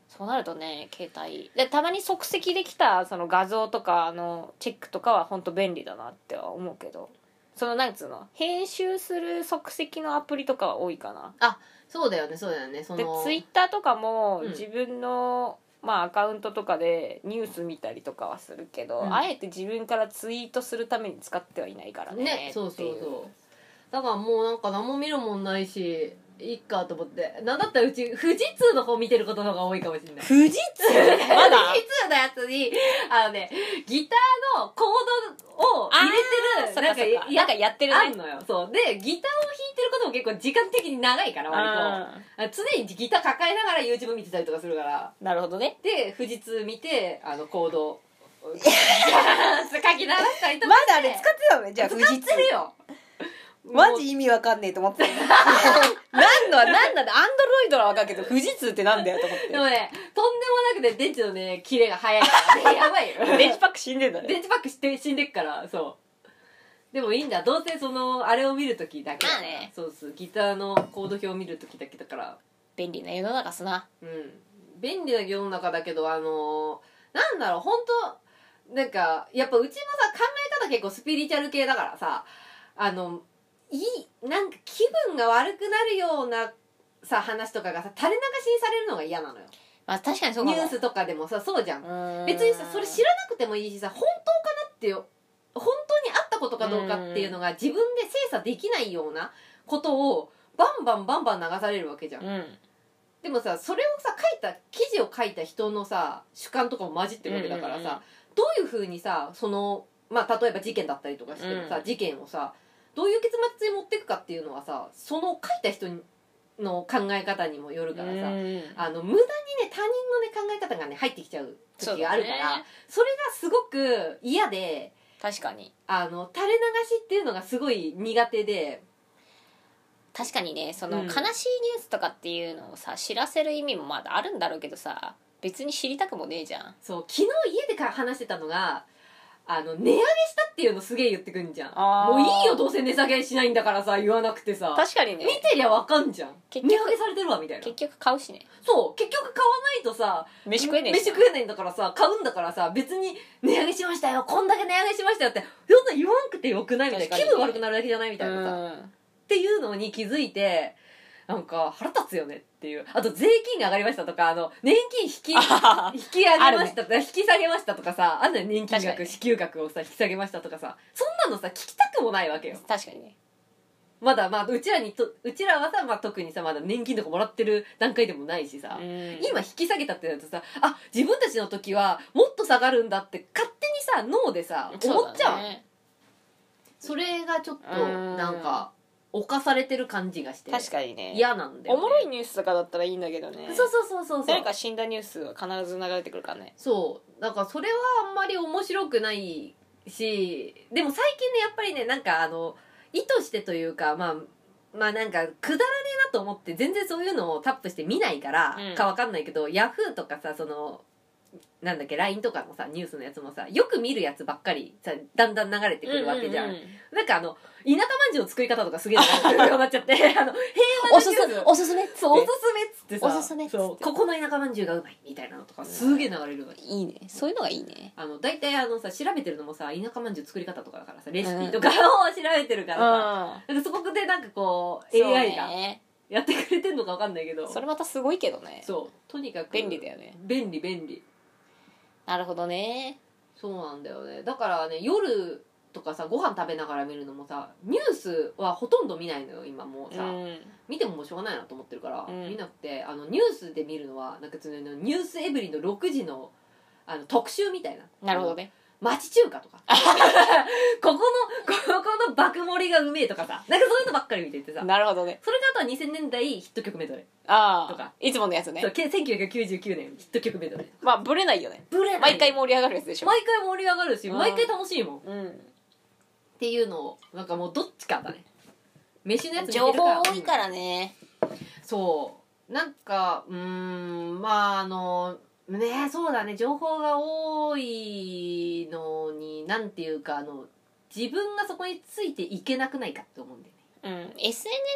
Speaker 1: そうなるとね携帯でたまに即席できたその画像とかあのチェックとかは本当便利だなっては思うけどそのなんつうの編集する即席のアプリとかは多いかな
Speaker 2: そうだよねそうだよねそ
Speaker 1: で
Speaker 2: の
Speaker 1: ツイッターとかも
Speaker 2: うん
Speaker 1: 自分の、まあ、アカウントとかでニュース見たりとかはするけど、
Speaker 2: うん
Speaker 1: あえて自分からツイートするために使ってはいないからね
Speaker 2: ねそう
Speaker 1: って
Speaker 2: そ
Speaker 1: いう
Speaker 2: そうだからもうなんか何も見るもんないしいっかと思ってなんだったらうち富士通の方見てることの方が多いかもしれない
Speaker 1: 富士通ま だ
Speaker 2: 富士通のやつにあのねギターのコードを入れて
Speaker 1: そ
Speaker 2: る
Speaker 1: っか
Speaker 2: なん
Speaker 1: そっ
Speaker 2: か
Speaker 1: か
Speaker 2: や
Speaker 1: なんかやってる
Speaker 2: あ
Speaker 1: ね
Speaker 2: るのよそうでギターを弾いてることも結構時間的に長いから割
Speaker 1: あ
Speaker 2: と常にギター抱えながら YouTube 見てたりとかするから
Speaker 1: ーなるほどね
Speaker 2: で富士通見てあのコードを書き鳴らしたりとかして
Speaker 1: てたのねじ
Speaker 2: 使ってるよ
Speaker 1: マジ意味わかんねえと 思ってた何のは何なんだアンドロイドはわかるけど富士通ってなんだよと思
Speaker 2: で
Speaker 1: っ
Speaker 2: もね、とんでもなくね、電池のね、切れが早いから、 ね、やばい
Speaker 1: て
Speaker 2: よ。
Speaker 1: 電池パック死んでんだね
Speaker 2: 電池パックして死んでっから、そう。でもいいんだ。どうせその、あれを見るときだけだから
Speaker 1: まあね
Speaker 2: そうそう。ギターのコード表を見るときだけだから。
Speaker 1: 便利な世の中っすな
Speaker 2: うん。便利な世の中だけど、あのーなんだろう、ほんと、なんか、やっぱうちもさ、考え方結構スピリチュアル系だからさ、あの、いい、なんか気分が悪くなるようなさ、話とかがさ、垂れ流しにされるのが嫌なのよ。
Speaker 1: まあ確かにそうか
Speaker 2: ニ
Speaker 1: も
Speaker 2: ュースとかでもさそうじゃん
Speaker 1: うん
Speaker 2: 別にさそれ知らなくてもいいしさ本当かなってよ本当にあったことかどうかっていうのが自分で精査できないようなことをバンバンバンバン流されるわけじゃん
Speaker 1: うん
Speaker 2: でもさそれをさ書いた記事を書いた人のさ主観とかも混じってるわけだからさ、
Speaker 1: うんうんうん
Speaker 2: どういうふうにさそのまあ例えば事件だったりとかしてもさ、
Speaker 1: うん
Speaker 2: 事件をさどういう結末に持っていくかっていうのはさその書いた人の考え方にもよるからさ、
Speaker 1: うん
Speaker 2: あの無駄にね他人のね考え方がね入ってきちゃう時があるから
Speaker 1: そう
Speaker 2: そ,、
Speaker 1: だね
Speaker 2: れがすごく嫌で
Speaker 1: 確かに
Speaker 2: あの垂れ流しっていうのがすごい苦手で
Speaker 1: 確かにねその
Speaker 2: うん
Speaker 1: 悲しいニュースとかっていうのをさ知らせる意味もまだあるんだろうけどさ別に知りたくもねえじゃん
Speaker 2: そう昨日家でか話してたのがあの値上げしたっていうのすげえ言ってくんじゃん
Speaker 1: あー
Speaker 2: もういいよどうせ値下げしないんだからさ言わなくてさ
Speaker 1: 確かに
Speaker 2: 見
Speaker 1: ね
Speaker 2: てりゃわかんじゃん値
Speaker 1: 結
Speaker 2: 上
Speaker 1: 局
Speaker 2: げされてるわみたいな
Speaker 1: 結局買うしね
Speaker 2: そう結局買わないとさ
Speaker 1: 飯食えねえし
Speaker 2: 飯食えないんだからさ買うんだからさ別に値上げしましたよこんだけ値上げしましたよってそんな言わんくてよくないみたいな、
Speaker 1: 確か
Speaker 2: 気
Speaker 1: に
Speaker 2: 分悪くなるだけじゃないみたいなさ、っ
Speaker 1: うん
Speaker 2: ていうのに気づいてなんか腹立つよねっていうあと税金が上がりましたとかあの年金引き引き上げましたとか、引き下げましたとかさあんな年金
Speaker 1: 確か
Speaker 2: 額
Speaker 1: に
Speaker 2: 支給額をさ引き下げましたとかさそんなのさ聞きたくもないわけよ
Speaker 1: 確かにね
Speaker 2: まだまあうちらにとうちらはさ、まあ、特にさまだ年金とかもらってる段階でもないしさ、今引き下げたってなるとさあ自分たちの時はもっと下がるんだって勝手にさ脳でさ思っちゃうそ,、
Speaker 1: ね、
Speaker 2: れがちょっと
Speaker 1: うん
Speaker 2: なんか犯されてる感じがして
Speaker 1: 確かにね
Speaker 2: 嫌なんだよ、
Speaker 1: お
Speaker 2: ね、
Speaker 1: もろいニュースとかだったらいいんだけどね
Speaker 2: そうそうそうそうそう
Speaker 1: 誰か死んだニュースは必ず流れてくるからね
Speaker 2: そうだからそれはあんまり面白くないしでも最近ねやっぱりねなんかあの意図してというかまあまあなんかくだらねえなと思って全然そういうのをタップして見ないから
Speaker 1: うん
Speaker 2: かわかんないけど、ヤフーとかさそのなんだっけ LINE とかのさニュースのやつもさよく見るやつばっかりさだんだん流れてくるわけじゃ
Speaker 1: う
Speaker 2: ん,、
Speaker 1: うう
Speaker 2: なんかあの田舎まんじゅうの作り方とかすげえ長くなるようになっちゃって あの
Speaker 1: おすすおすすめっつって
Speaker 2: そうおすすめっつってさ
Speaker 1: おすすめっつって
Speaker 2: そうここの田舎まんじゅうがうまいみたいなのとかすげえ流れるわけ
Speaker 1: いいねそういうのがいいね
Speaker 2: あの大体あのさ調べてるのもさ田舎まんじゅう作り方とかだからさレシピとかを調べてるからさ、なんかそこでなんかこう
Speaker 1: そう
Speaker 2: AI が
Speaker 1: ね
Speaker 2: やってくれてんのかわかんないけど
Speaker 1: それまたすごいけどね
Speaker 2: そうとにかく
Speaker 1: 便利だよね
Speaker 2: 便利便利
Speaker 1: なるほどね
Speaker 2: そうなんだよねだからね夜とかさご飯食べながら見るのもさニュースはほとんど見ないのよ今もう
Speaker 1: う
Speaker 2: さ、
Speaker 1: ん
Speaker 2: 見てももうしょうがないなと思ってるから、
Speaker 1: うん
Speaker 2: 見なくてあのニュースで見るのはなんかそのニュースエブリの6時のあの特集みたいな
Speaker 1: なるほどね
Speaker 2: 町中華と かここのここの爆盛りがうめえとかさなんかそういうのばっかり見ててさ
Speaker 1: なるほどね
Speaker 2: それからあとは2000年代ヒット曲メドレ
Speaker 1: ああ
Speaker 2: とか
Speaker 1: いつものやつ
Speaker 2: ー、そう
Speaker 1: ね
Speaker 2: け1999年ヒット曲メドレー
Speaker 1: まあブレないよね
Speaker 2: ブレない
Speaker 1: 毎回盛り上がるやつでしょ
Speaker 2: 毎回盛り上がるし
Speaker 1: うん
Speaker 2: 毎回楽しいもんっ
Speaker 1: うん
Speaker 2: ていうのをなんかもうどっちかだね飯のやつ見てる、
Speaker 1: 情報多いかららね
Speaker 2: うんそうなんかうーんまああのねそうだね情報が多いのになんていうかあの自分がそこについていけなくないかって思うんだよね
Speaker 1: うん、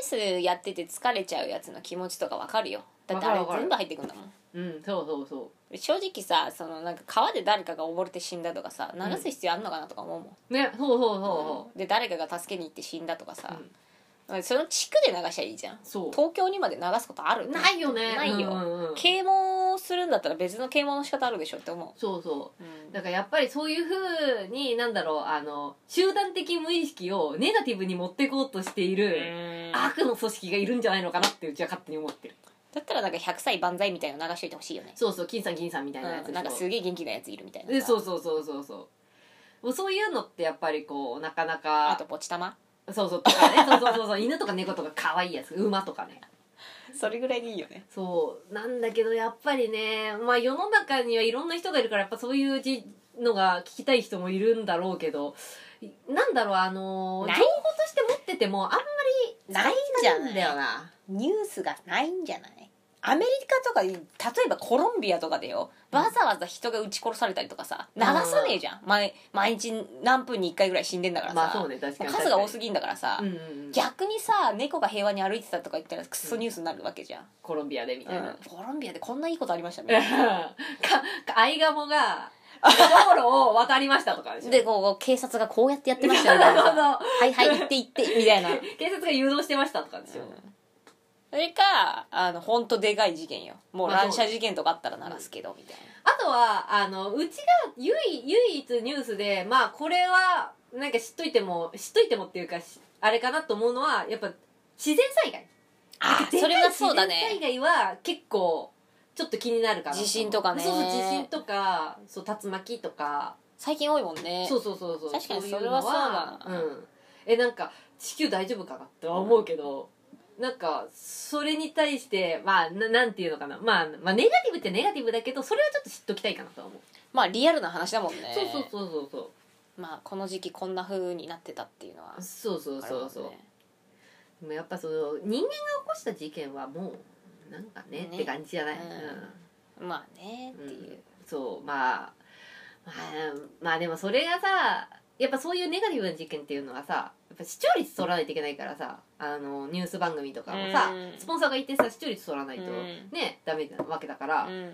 Speaker 1: SNS やってて疲れちゃうやつの気持ちとかわかるよだってあ
Speaker 2: わかるわか
Speaker 1: れ
Speaker 2: る
Speaker 1: 全部入ってくんだもん
Speaker 2: うんそうそうそ
Speaker 1: 正直さそのなんか川で誰かが溺れて死んだとかさ流す必要あんのかなとか思うもん、
Speaker 2: うねそうそうそうそ
Speaker 1: で誰かが助けに行って死んだとか
Speaker 2: う、
Speaker 1: さ
Speaker 2: う、ん
Speaker 1: その地区で流しゃいいじゃん
Speaker 2: そう
Speaker 1: 東京にまで流すことある
Speaker 2: ないよね
Speaker 1: ないよ
Speaker 2: うんうんうん
Speaker 1: 啓蒙するんだったら別の啓蒙の仕方あるでしょって思、
Speaker 2: そうそううだからやっぱりそういうふうになんだろうあの集団的無意識をネガティブに持ってこうとしている、
Speaker 1: うん
Speaker 2: 悪の組織がいるんじゃないのかなってうちは勝手に思ってる
Speaker 1: だったらなんか100歳万歳みたいなの流しといてほしいよね、
Speaker 2: そうそう金さん銀さんみたいなやつ
Speaker 1: う
Speaker 2: で
Speaker 1: ん、
Speaker 2: し
Speaker 1: な
Speaker 2: ょ
Speaker 1: んかすげえ元気なやついるみたいな
Speaker 2: でそううそうそうそうそうもうそういうのってやっぱりこうなかな
Speaker 1: あ
Speaker 2: か
Speaker 1: とポチ玉
Speaker 2: そうそうとかねそうそうそうそう犬とか猫とか可愛いやつ馬とかね
Speaker 1: それぐらいでいいよね
Speaker 2: そうなんだけどやっぱりねまあ世の中にはいろんな人がいるからやっぱそういうじのが聞きたい人もいるんだろうけどいなんだろうあのー
Speaker 1: ない
Speaker 2: 情報として持っててもあんまり
Speaker 1: ないんじゃない
Speaker 2: んだよな
Speaker 1: ニュースがないんじゃないアメリカとか例えばコロンビアとかでよわざわざ人が撃ち殺されたりとかさ流さねえじゃん毎毎日何分に1回ぐらい死んでんだからさ、
Speaker 2: まあそうね確かに
Speaker 1: 数が多す
Speaker 2: ぎ
Speaker 1: ぎんだからさ、
Speaker 2: うんうんうん、
Speaker 1: 逆にさ猫が平和に歩いてたとか言ったらクソニュースになるわけじゃん、
Speaker 2: コロンビアでみたいな、
Speaker 1: コロンビアでこんないいことありましたみたいな
Speaker 2: かアイガ モが道路を渡りましたとかでしょ
Speaker 1: でこう警察がこうやってやって
Speaker 2: そう
Speaker 1: ま
Speaker 2: そ
Speaker 1: し
Speaker 2: う
Speaker 1: たよみたいなさ
Speaker 2: そう
Speaker 1: はいはい行って行ってみたいな、うん
Speaker 2: 警察が誘導してましたとかでしょ、
Speaker 1: それかあの本当でかい事件よもう
Speaker 2: まあ
Speaker 1: 乱射事件とかあったら流すけどみたいな、
Speaker 2: あとはあのうちが唯唯一ニュースでまあこれはなんか知っといても知っといてもっていうかしあれかなと思うのはやっぱ自然災害
Speaker 1: あーそれはそうだ
Speaker 2: 自
Speaker 1: ね
Speaker 2: 然災害は結構ちょっと気になるかな
Speaker 1: 地震とかね
Speaker 2: そうそう地震とかそう竜巻とか
Speaker 1: 最近多いもんね
Speaker 2: そうそうそうそう
Speaker 1: 確かに
Speaker 2: い
Speaker 1: それはそうだ
Speaker 2: うのはうんえなんか地球大丈夫かなっては思うけど、なんかそれに対してまあななんていうのかな、まあ、まあネガティブってネガティブだけどそれはちょっと知っときたいかなとは思う、
Speaker 1: まあリアルな話だもんね
Speaker 2: そうそうそうそうそ
Speaker 1: まあこの時期こんな風になってたっていうのは
Speaker 2: うそうそうそうそう、
Speaker 1: あるもんね
Speaker 2: でもやっぱその人間が起こした事件はもうなんかね
Speaker 1: ね
Speaker 2: って感じじゃない、
Speaker 1: うんまあねっていう、
Speaker 2: そうまあまあまあでもそれがさやっぱそういうネガティブな事件っていうのはさやっぱ視聴率取らないといけないからさあのニュース番組とかもさ、
Speaker 1: うん
Speaker 2: スポンサーがいてさ視聴率取らないと
Speaker 1: うん
Speaker 2: ね、ダメなわけだから、
Speaker 1: うん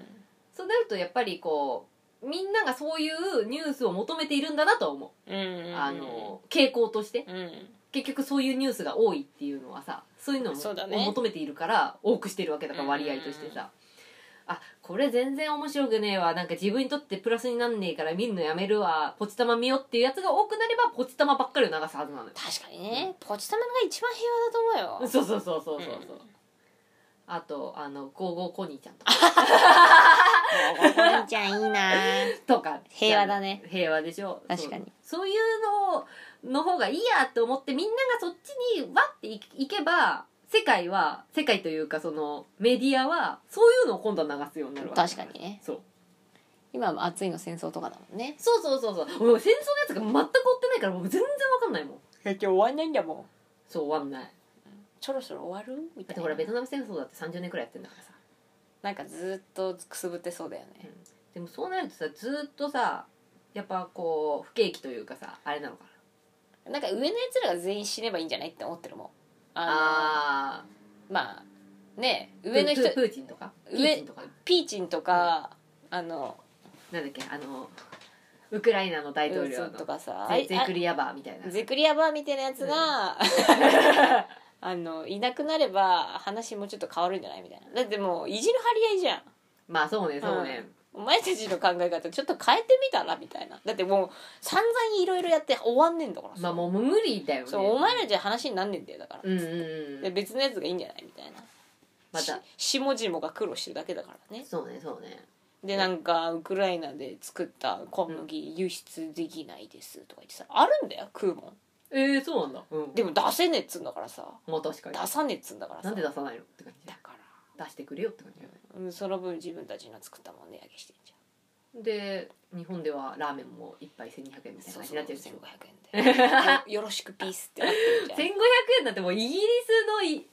Speaker 2: そうなるとやっぱりこうみんながそういうニュースを求めているんだなとは思
Speaker 1: うんうん
Speaker 2: う、
Speaker 1: うん
Speaker 2: あの傾向として
Speaker 1: うん
Speaker 2: 結局そういうニュースが多いっていうのはさそういうのを
Speaker 1: そうだね
Speaker 2: を求めているから多くしてるわけだから
Speaker 1: うんうんうん
Speaker 2: 割合としてさ、あこれ全然面白くねえわなんか自分にとってプラスになんねえから見るのやめるわポチ玉見ようっていうやつが多くなればポチ玉ばっかりを流すはずなのよ
Speaker 1: 確かにねポチ玉が一番平和だと思うよ
Speaker 2: そうそうそうそうそうそう、
Speaker 1: うん
Speaker 2: あとあのゴーゴーコニーちゃん とか
Speaker 1: お兄ちゃんいいな
Speaker 2: とか
Speaker 1: 平和だね
Speaker 2: 平和でしょ
Speaker 1: 確かに
Speaker 2: そうそういうのの方がいいやと思ってみんながそっちにわっていいけば世界は世界というかそのメディアはそういうのを今度は流すようになるわけ
Speaker 1: 確かにね
Speaker 2: そう
Speaker 1: 今も暑いの戦争とかだもんね
Speaker 2: そうそうそうそう俺戦争のやつが全く追ってないからもう全然わかんないもん
Speaker 1: 今日終わんないんだもん
Speaker 2: そう終わんない
Speaker 1: ちょろちょろ終わるみた
Speaker 2: だって
Speaker 1: い
Speaker 2: ほらベ
Speaker 1: な
Speaker 2: トナム戦争だって30年くらいやってんだからさ
Speaker 1: なんかずっとくすぶってそうだよね
Speaker 2: でもそうなるとさずっとさやっぱこう不景気というかさあれなのかな
Speaker 1: なんか上のやつらが全員死ねばいいんじゃないって思ってるもんあの
Speaker 2: あ
Speaker 1: まあね
Speaker 2: ー
Speaker 1: 上の人
Speaker 2: ププーチンとか
Speaker 1: 上
Speaker 2: ピーチンとか
Speaker 1: ピーチンとか、あの
Speaker 2: なんだっけあのウクライナの大統領
Speaker 1: ウ
Speaker 2: の
Speaker 1: ンソンとかさ
Speaker 2: ゼゼ
Speaker 1: あ
Speaker 2: クリヤバーみたいな
Speaker 1: あゼクリアバーみたいなやつが、 あのいなくなれば話もうちょっと変わるんじゃないみたいなだってもういじる張り合いじゃん
Speaker 2: まあそうねそうね、
Speaker 1: お前たちの考え方ちょっと変えてみたらみたいなだってもう散々いろいろやって終わんねえんだからさ
Speaker 2: まあもう無理だよね
Speaker 1: そうお前らじゃ話になんねえんだよだから、
Speaker 2: うんうんう
Speaker 1: で
Speaker 2: ん
Speaker 1: 別のやつがいいんじゃないみたいな
Speaker 2: ま
Speaker 1: した下々が苦労してるだけだからね
Speaker 2: そうねそうね
Speaker 1: でなんかウクライナで作った小麦輸出できないですとか言ってさあるんだよ食うも
Speaker 2: ええそうなんだうん
Speaker 1: んでも出せねえっつうんだからさ
Speaker 2: まあ確かに
Speaker 1: 出さねえっつうんだからさ
Speaker 2: なんで出さないのって感じ
Speaker 1: だか
Speaker 2: 出してくれよって感じだよね
Speaker 1: らうんその分自分たちの作ったもん値上げしてんじ
Speaker 2: で日本ではラーメンも一杯1200円み
Speaker 1: ゃ
Speaker 2: た
Speaker 1: ん
Speaker 2: いな感じになっちゃうでし
Speaker 1: 1500
Speaker 2: ょ
Speaker 1: 円でよよろしくピースってなってるじゃん
Speaker 2: 1500円なんてもうイギリスのい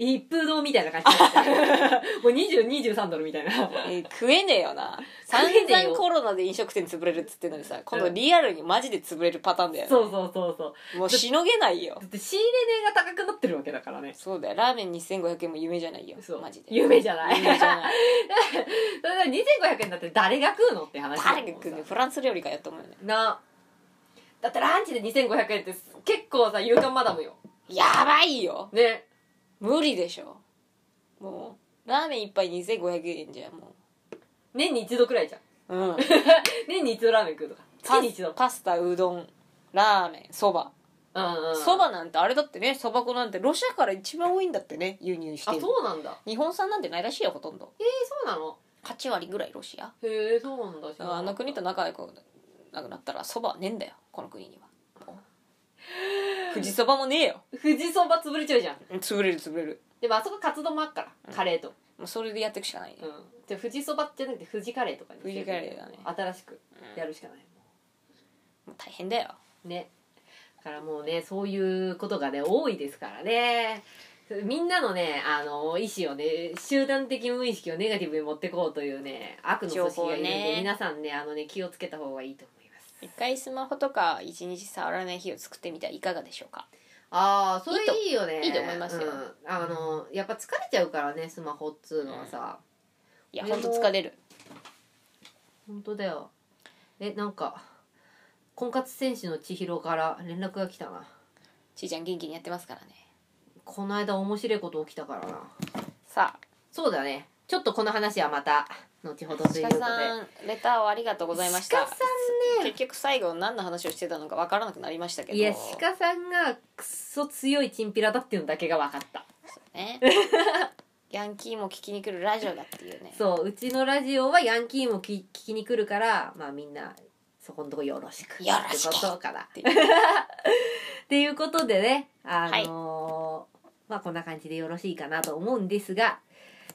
Speaker 2: 一風堂みたいな感じにな ってるもう2023ドルみたいな
Speaker 1: えー食えねえよな散
Speaker 2: 食えねえよ
Speaker 1: 々コロナで飲食店潰れるっつってんのにさ今度リアルにマジで潰れるパターンだよね
Speaker 2: そうそうそうそう
Speaker 1: もうしのげないよ
Speaker 2: だって仕入れ値が高くなってるわけだからね
Speaker 1: そうだよラーメン2500円も夢じゃないよ
Speaker 2: そう
Speaker 1: マジで
Speaker 2: 夢じゃない
Speaker 1: 夢じゃない
Speaker 2: それだ2500円だって誰が食うのって話
Speaker 1: 誰が食うねフランス料理かよと思うよね
Speaker 2: なだってランチで2500円ってす結構さ夕刊マダムよ
Speaker 1: やばいよ
Speaker 2: ね
Speaker 1: 無理でしょもうラーメン一杯2500円じゃんも
Speaker 2: 年に一度くらいじゃ
Speaker 1: う
Speaker 2: ん
Speaker 1: うん
Speaker 2: 年に一度ラーメン食うとか月
Speaker 1: パ
Speaker 2: に一度
Speaker 1: スパスタうどんラーメンそば
Speaker 2: うんうん
Speaker 1: そばなんてあれだってねそば粉なんてロシアから一番多いんだってね輸入して
Speaker 2: あ
Speaker 1: る
Speaker 2: そうなんだ
Speaker 1: 日本産なんてないらしいよほとんど
Speaker 2: えー、そうなの
Speaker 1: 8割ぐらいロシア
Speaker 2: へえそうなんだ知らなかった
Speaker 1: あの国と仲良くなくなったらそばはねえんだよこの国には富士そばもねえよ
Speaker 2: 富士そば潰れちゃうじゃん
Speaker 1: 潰れる潰れる
Speaker 2: でもあそこカツ丼もあっからカレーと
Speaker 1: もうそれでやっていくしかないね、
Speaker 2: うんじゃあ富士そばじゃなくて富士カレーとかにして
Speaker 1: 富士カレーだね
Speaker 2: 新しくやるしかない
Speaker 1: もう大変だよ
Speaker 2: ねだからもうねそういうことがね多いですからねみんなのねあの意思をね集団的無意識をネガティブに持ってこうというね悪の組織がいるんで、
Speaker 1: 情報ね
Speaker 2: 皆さんねあのね気をつけた方がいいと思います
Speaker 1: 一回スマホとか一日触らない日を作ってみたらいかがでしょうか
Speaker 2: ああそ
Speaker 1: れ
Speaker 2: いいよね
Speaker 1: いいと思いますよ
Speaker 2: んあのやっぱ疲れちゃうからねスマホっつうのはさ、
Speaker 1: いや
Speaker 2: でも
Speaker 1: ほんと疲れる
Speaker 2: 本当だよえなんか婚活選手の千尋から連絡が来たな
Speaker 1: ちーちゃん元気にやってますからね
Speaker 2: この間面白いこと起きたからな
Speaker 1: さあ
Speaker 2: そうだね。ちょっとこの話はまた、後ほどというこ
Speaker 1: 鹿
Speaker 2: とで。
Speaker 1: さんレターをありがとうございました
Speaker 2: 鹿さんね
Speaker 1: 結局最後何の話をしてたのかわからなくなりましたけど
Speaker 2: いや、鹿さんがクソ強いチンピラだっていうのだけが分かった。
Speaker 1: ね ヤンキーも聞きに来るラジオだっていうね
Speaker 2: そううちのラジオはヤンキーもき聞きに来るからまあみんなそこのとこよろしく
Speaker 1: よろしく
Speaker 2: ってことかなってて
Speaker 1: い
Speaker 2: いううことでねあのーまあこんな感じでよろしいかなと思うんですが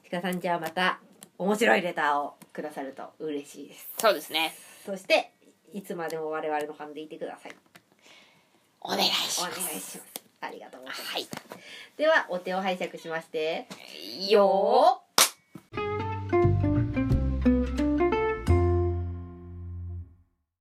Speaker 2: 鹿さんじゃあまた面白いレターをくださると嬉しいです
Speaker 1: そうですね
Speaker 2: そしていつまでも我々のファンでいてください
Speaker 1: お願い
Speaker 2: お
Speaker 1: しま
Speaker 2: 願い
Speaker 1: す
Speaker 2: しますありがとうございます、
Speaker 1: はい
Speaker 2: ではお手を拝借しまして
Speaker 1: よー